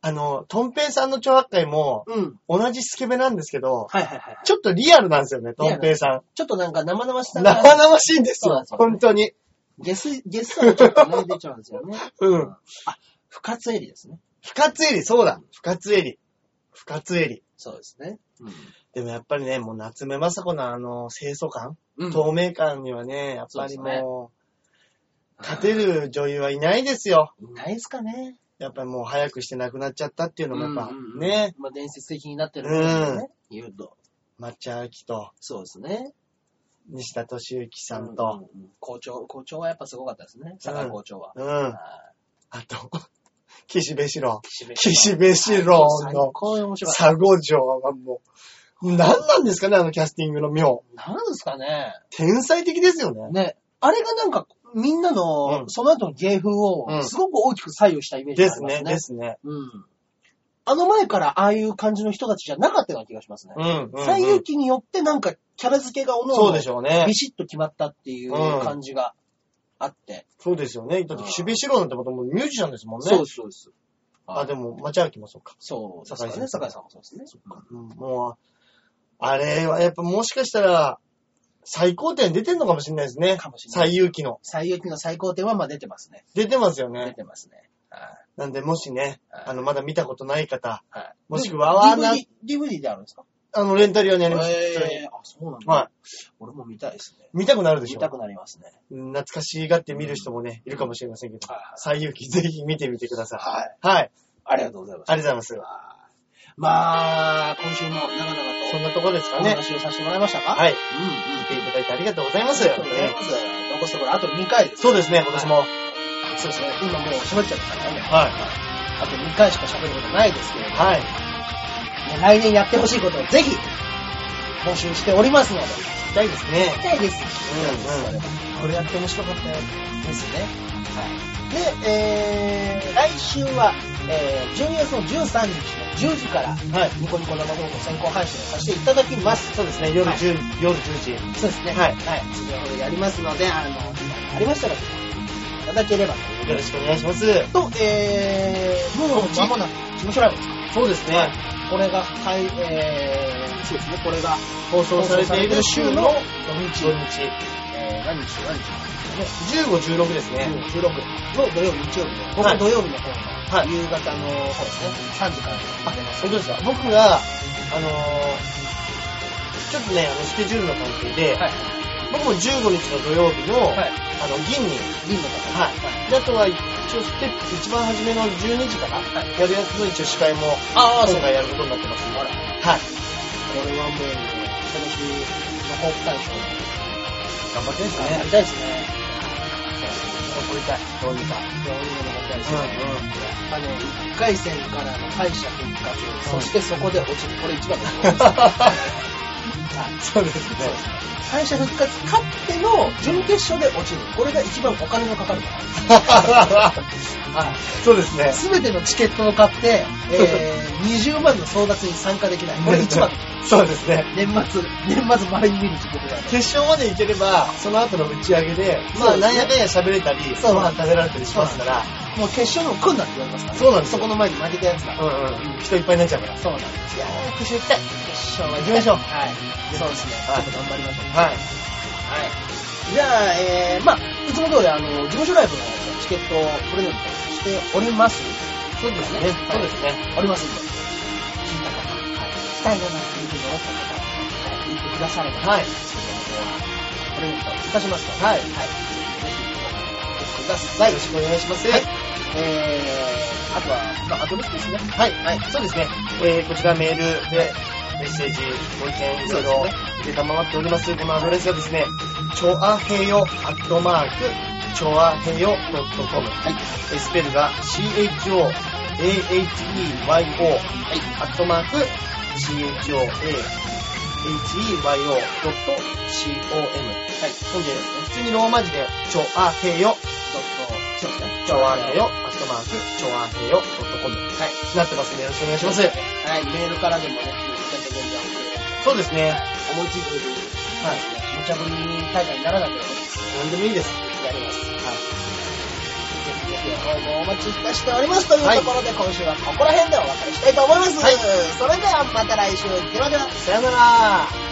Speaker 2: あの、とんぺいさんの著白会も、
Speaker 1: うん。
Speaker 2: 同じスケベなんですけど、
Speaker 1: はいはいはい。
Speaker 2: ちょっとリアルなんですよね、とんぺいさん。
Speaker 1: ちょっとなんか生々しさ
Speaker 2: 生
Speaker 1: が、
Speaker 2: 々しいんです
Speaker 1: そうなん
Speaker 2: よ
Speaker 1: で、すよね
Speaker 2: 本当に。
Speaker 1: ゲス、ゲスさがちょっとね、出ちゃうんですよ ね。
Speaker 2: うん。
Speaker 1: 不活エリですね。
Speaker 2: 不活エリ、そうだ。不活エリ。不活エリ。
Speaker 1: そうですね。
Speaker 2: でもやっぱりね、もう夏目雅子のあの、清楚感、
Speaker 1: うん。
Speaker 2: 透明感にはね、やっぱり
Speaker 1: そうですね
Speaker 2: もう、勝てる女優はいないですよ。
Speaker 1: いないですかね。
Speaker 2: やっぱりもう早くして亡くなっちゃったっていうのもやっぱ、
Speaker 1: うんうんうん
Speaker 2: ね、。
Speaker 1: まあ伝説的になってるんですよね。言うと。
Speaker 2: 抹茶明と
Speaker 1: そうですね。
Speaker 2: 西田敏行さんと、
Speaker 1: うんうんうん。校長、校長はやっぱすごかったですね。佐賀校長は。
Speaker 2: うん、
Speaker 1: はい
Speaker 2: あと、 岸辺四郎。
Speaker 1: 岸
Speaker 2: 岸辺四郎
Speaker 1: 最
Speaker 2: の
Speaker 1: 高に面白かった。
Speaker 2: 佐護城はもう、何なんですかね、あのキャスティングの妙。
Speaker 1: なんですかね。
Speaker 2: 天才的ですよね。
Speaker 1: ね。あれがなんか、みんなの、
Speaker 2: うん
Speaker 1: その後の芸風
Speaker 2: う
Speaker 1: を、
Speaker 2: ん
Speaker 1: すごく大きく左右したイメージ
Speaker 2: で
Speaker 1: があ
Speaker 2: す
Speaker 1: ります
Speaker 2: ね、
Speaker 1: ね。
Speaker 2: ですね。
Speaker 1: うん。あの前からああいう感じの人たちじゃなかったような気がしますね。
Speaker 2: うんうんうん。
Speaker 1: 最有機によってなんかキャラ付けがおの
Speaker 2: そうでしょうね
Speaker 1: ビ。シッと決まったっていう感じがあって。
Speaker 2: そうですよね。だって、岸辺四郎なんてもともとミュージシャンですもんね。
Speaker 1: そうです、そうです。
Speaker 2: あ、で
Speaker 1: も。
Speaker 2: も、町明もそうか。
Speaker 1: そうですかね。
Speaker 2: 酒
Speaker 1: 酒
Speaker 2: 井
Speaker 1: 井さんもそうですね。
Speaker 2: うんもう、あれはやっぱもしかしたら、最高点出てんのかもしれないですね。
Speaker 1: かもしれない
Speaker 2: 最有機の。
Speaker 1: 最有機の最高点はまあ出てますね。
Speaker 2: 出てますよ
Speaker 1: 出
Speaker 2: ね。
Speaker 1: てますね。はい
Speaker 2: なんで、もしね、
Speaker 1: はい
Speaker 2: あの、まだ見たことない方、
Speaker 1: はい。
Speaker 2: もしくはワーナー
Speaker 1: DVD、DVD であるんですか
Speaker 2: あの、レンタル用にあります。普通に
Speaker 1: ええあ、そうなんだ。
Speaker 2: はい。
Speaker 1: 俺も見たいですね。
Speaker 2: 見たくなるでし
Speaker 1: 見
Speaker 2: ょ
Speaker 1: たくなりますね。
Speaker 2: うん懐かしがって見る人もね、いるかもしれませんけど
Speaker 1: はいはい、
Speaker 2: 最有機ぜひ見てみてください。
Speaker 1: はい。
Speaker 2: はい。
Speaker 1: ありがとうございます。
Speaker 2: ありがとうございま
Speaker 1: はいまあ、今週も長々
Speaker 2: す。そん
Speaker 1: と
Speaker 2: なとこですか
Speaker 1: お
Speaker 2: ね。
Speaker 1: 話をさせてもらいましたか
Speaker 2: はい。
Speaker 1: うんうん
Speaker 2: 見。ていただいてありがとうございま
Speaker 1: あ
Speaker 2: す。
Speaker 1: りがとうございます。残すところあと2回です。
Speaker 2: そうですね、今年も。
Speaker 1: そうですね。今もう閉まっちゃったからね。
Speaker 2: はい。
Speaker 1: あと2回しか喋ることないですけれども、ね
Speaker 2: はい。
Speaker 1: 来年やってほしいことをぜひ募集しておりますので、
Speaker 2: 行きたいですね。
Speaker 1: 期待です。
Speaker 2: うんうん
Speaker 1: これやって面白かったよ。ですね。はい。で、えー、来週は、えー、12月の13日の10時から、
Speaker 2: はい。
Speaker 1: ニコニコ生放送先行配信をさせていただきます。
Speaker 2: そうですね、夜
Speaker 1: はい
Speaker 2: 10、夜10時。
Speaker 1: そうですね。
Speaker 2: は
Speaker 1: は
Speaker 2: い
Speaker 1: い。それほどやりますので、あの、時間がありましたら、いただければと
Speaker 2: よろしくお願いします。
Speaker 1: と、えー、もう間もなく、事務所ライブですか
Speaker 2: そうですね。
Speaker 1: これが、はい、えー、そうですね、これが、
Speaker 2: 放送されている週の
Speaker 1: 土
Speaker 2: 土
Speaker 1: 日、
Speaker 2: 日。
Speaker 1: えー、何日、何日
Speaker 2: 15、16です
Speaker 1: ね、
Speaker 2: ね。
Speaker 1: 16の土曜日、日曜日の、僕
Speaker 2: はい
Speaker 1: 土曜日の
Speaker 2: は
Speaker 1: 方の、
Speaker 2: い
Speaker 1: 夕方の、そうですね、3時からやってます。
Speaker 2: 本当ですか僕が、あのー、ちょっとね、あの、スケジュールの関係で、
Speaker 1: はい、
Speaker 2: 僕も15日の土曜日の、
Speaker 1: はい
Speaker 2: あの、銀に、
Speaker 1: 銀の方。
Speaker 2: はい。であとは、一応、ステップ、一番初めの12時かな、
Speaker 1: はい
Speaker 2: やるやつの一応司会も、
Speaker 1: ああ、そう
Speaker 2: 今
Speaker 1: か。
Speaker 2: 回やることになってますんで
Speaker 1: あら
Speaker 2: はい。
Speaker 1: これはもう、今年のホープ大賞、
Speaker 2: 頑張ってです
Speaker 1: や
Speaker 2: ね
Speaker 1: り。たいですね。
Speaker 2: 残りたい。どうにか。
Speaker 1: どういうのもやりたいですね。
Speaker 2: うんうん。
Speaker 1: あの、1回戦からの敗者復活、そしてそこで落ちる。これ一番のところです。
Speaker 2: そうですね。
Speaker 1: 敗者復活勝っての準決勝で落ちる。これが一番お金のかかる。はい。
Speaker 2: そうですね。
Speaker 1: すべてのチケットを買って、えー、20万の争奪に参加できない。これ一番。
Speaker 2: そうですね。
Speaker 1: 年末、年末丸に見に来てくれない。
Speaker 2: 決勝まで行ければ、その後の打ち上げで、ま
Speaker 1: そ
Speaker 2: あ、
Speaker 1: うですね
Speaker 2: なんやかんや喋れたり、
Speaker 1: そう
Speaker 2: ご飯食べられたりしますから、
Speaker 1: もう決勝の来んなって言われますから、
Speaker 2: そうなんです
Speaker 1: そ
Speaker 2: よ
Speaker 1: この前に負けたやつだ。
Speaker 2: うんうん、人いっぱいになっちゃうから。
Speaker 1: そうなんです。いやー、決勝行きたい。決勝は行
Speaker 2: 行きましょう
Speaker 1: はい。そうですね。
Speaker 2: はい
Speaker 1: ちょっと頑張りましょう。
Speaker 2: はい。
Speaker 1: はい。じゃあ、えー、まあ、いつも通り、あの、事務所ライブのチケットをプレゼントしております。そうです
Speaker 2: ねそうですね。
Speaker 1: おりますんで、聞いた方、はい、期待がなっているのを思った方、はい、言ってくだされば、
Speaker 2: はい
Speaker 1: そのプレゼントいたしますので、はい。はい。ぜひ、ください。
Speaker 2: よろしくお願いします。
Speaker 1: はい。えー、あとは、まあ、アドレスですね。
Speaker 2: はい、はい、そうですね。えー、こちらメールで、メッセージ、ご意見、いろいろ、受けたまわっております。このアドレスがですね、ちょあへよ、アットマーク、ちょあへよ .com。
Speaker 1: はい。
Speaker 2: えースペルが CHO、AHEYO、はい、アットマーク、CHO、
Speaker 1: は
Speaker 2: AHEYO.com。
Speaker 1: い。
Speaker 2: ほんで、普通にローマ字で、ちょあへよ、
Speaker 1: そうですね。
Speaker 2: ちょあへよ、アットマーク、ちょあへよ .com。
Speaker 1: はい。
Speaker 2: なってますんで、よろしくお願いします。
Speaker 1: はい、メールからでもね、ちゃんと全然
Speaker 2: そうですね。
Speaker 1: 思いついてる、はい、無茶ぶり大会にならなければ
Speaker 2: 何でもいいです。
Speaker 1: やります。はい。ぜひぜひ応募お待ちいたしておりますというところで、今週はここら辺でお別れしたいと思います。
Speaker 2: はい
Speaker 1: それではまた来週、ではでは。
Speaker 2: さよなら。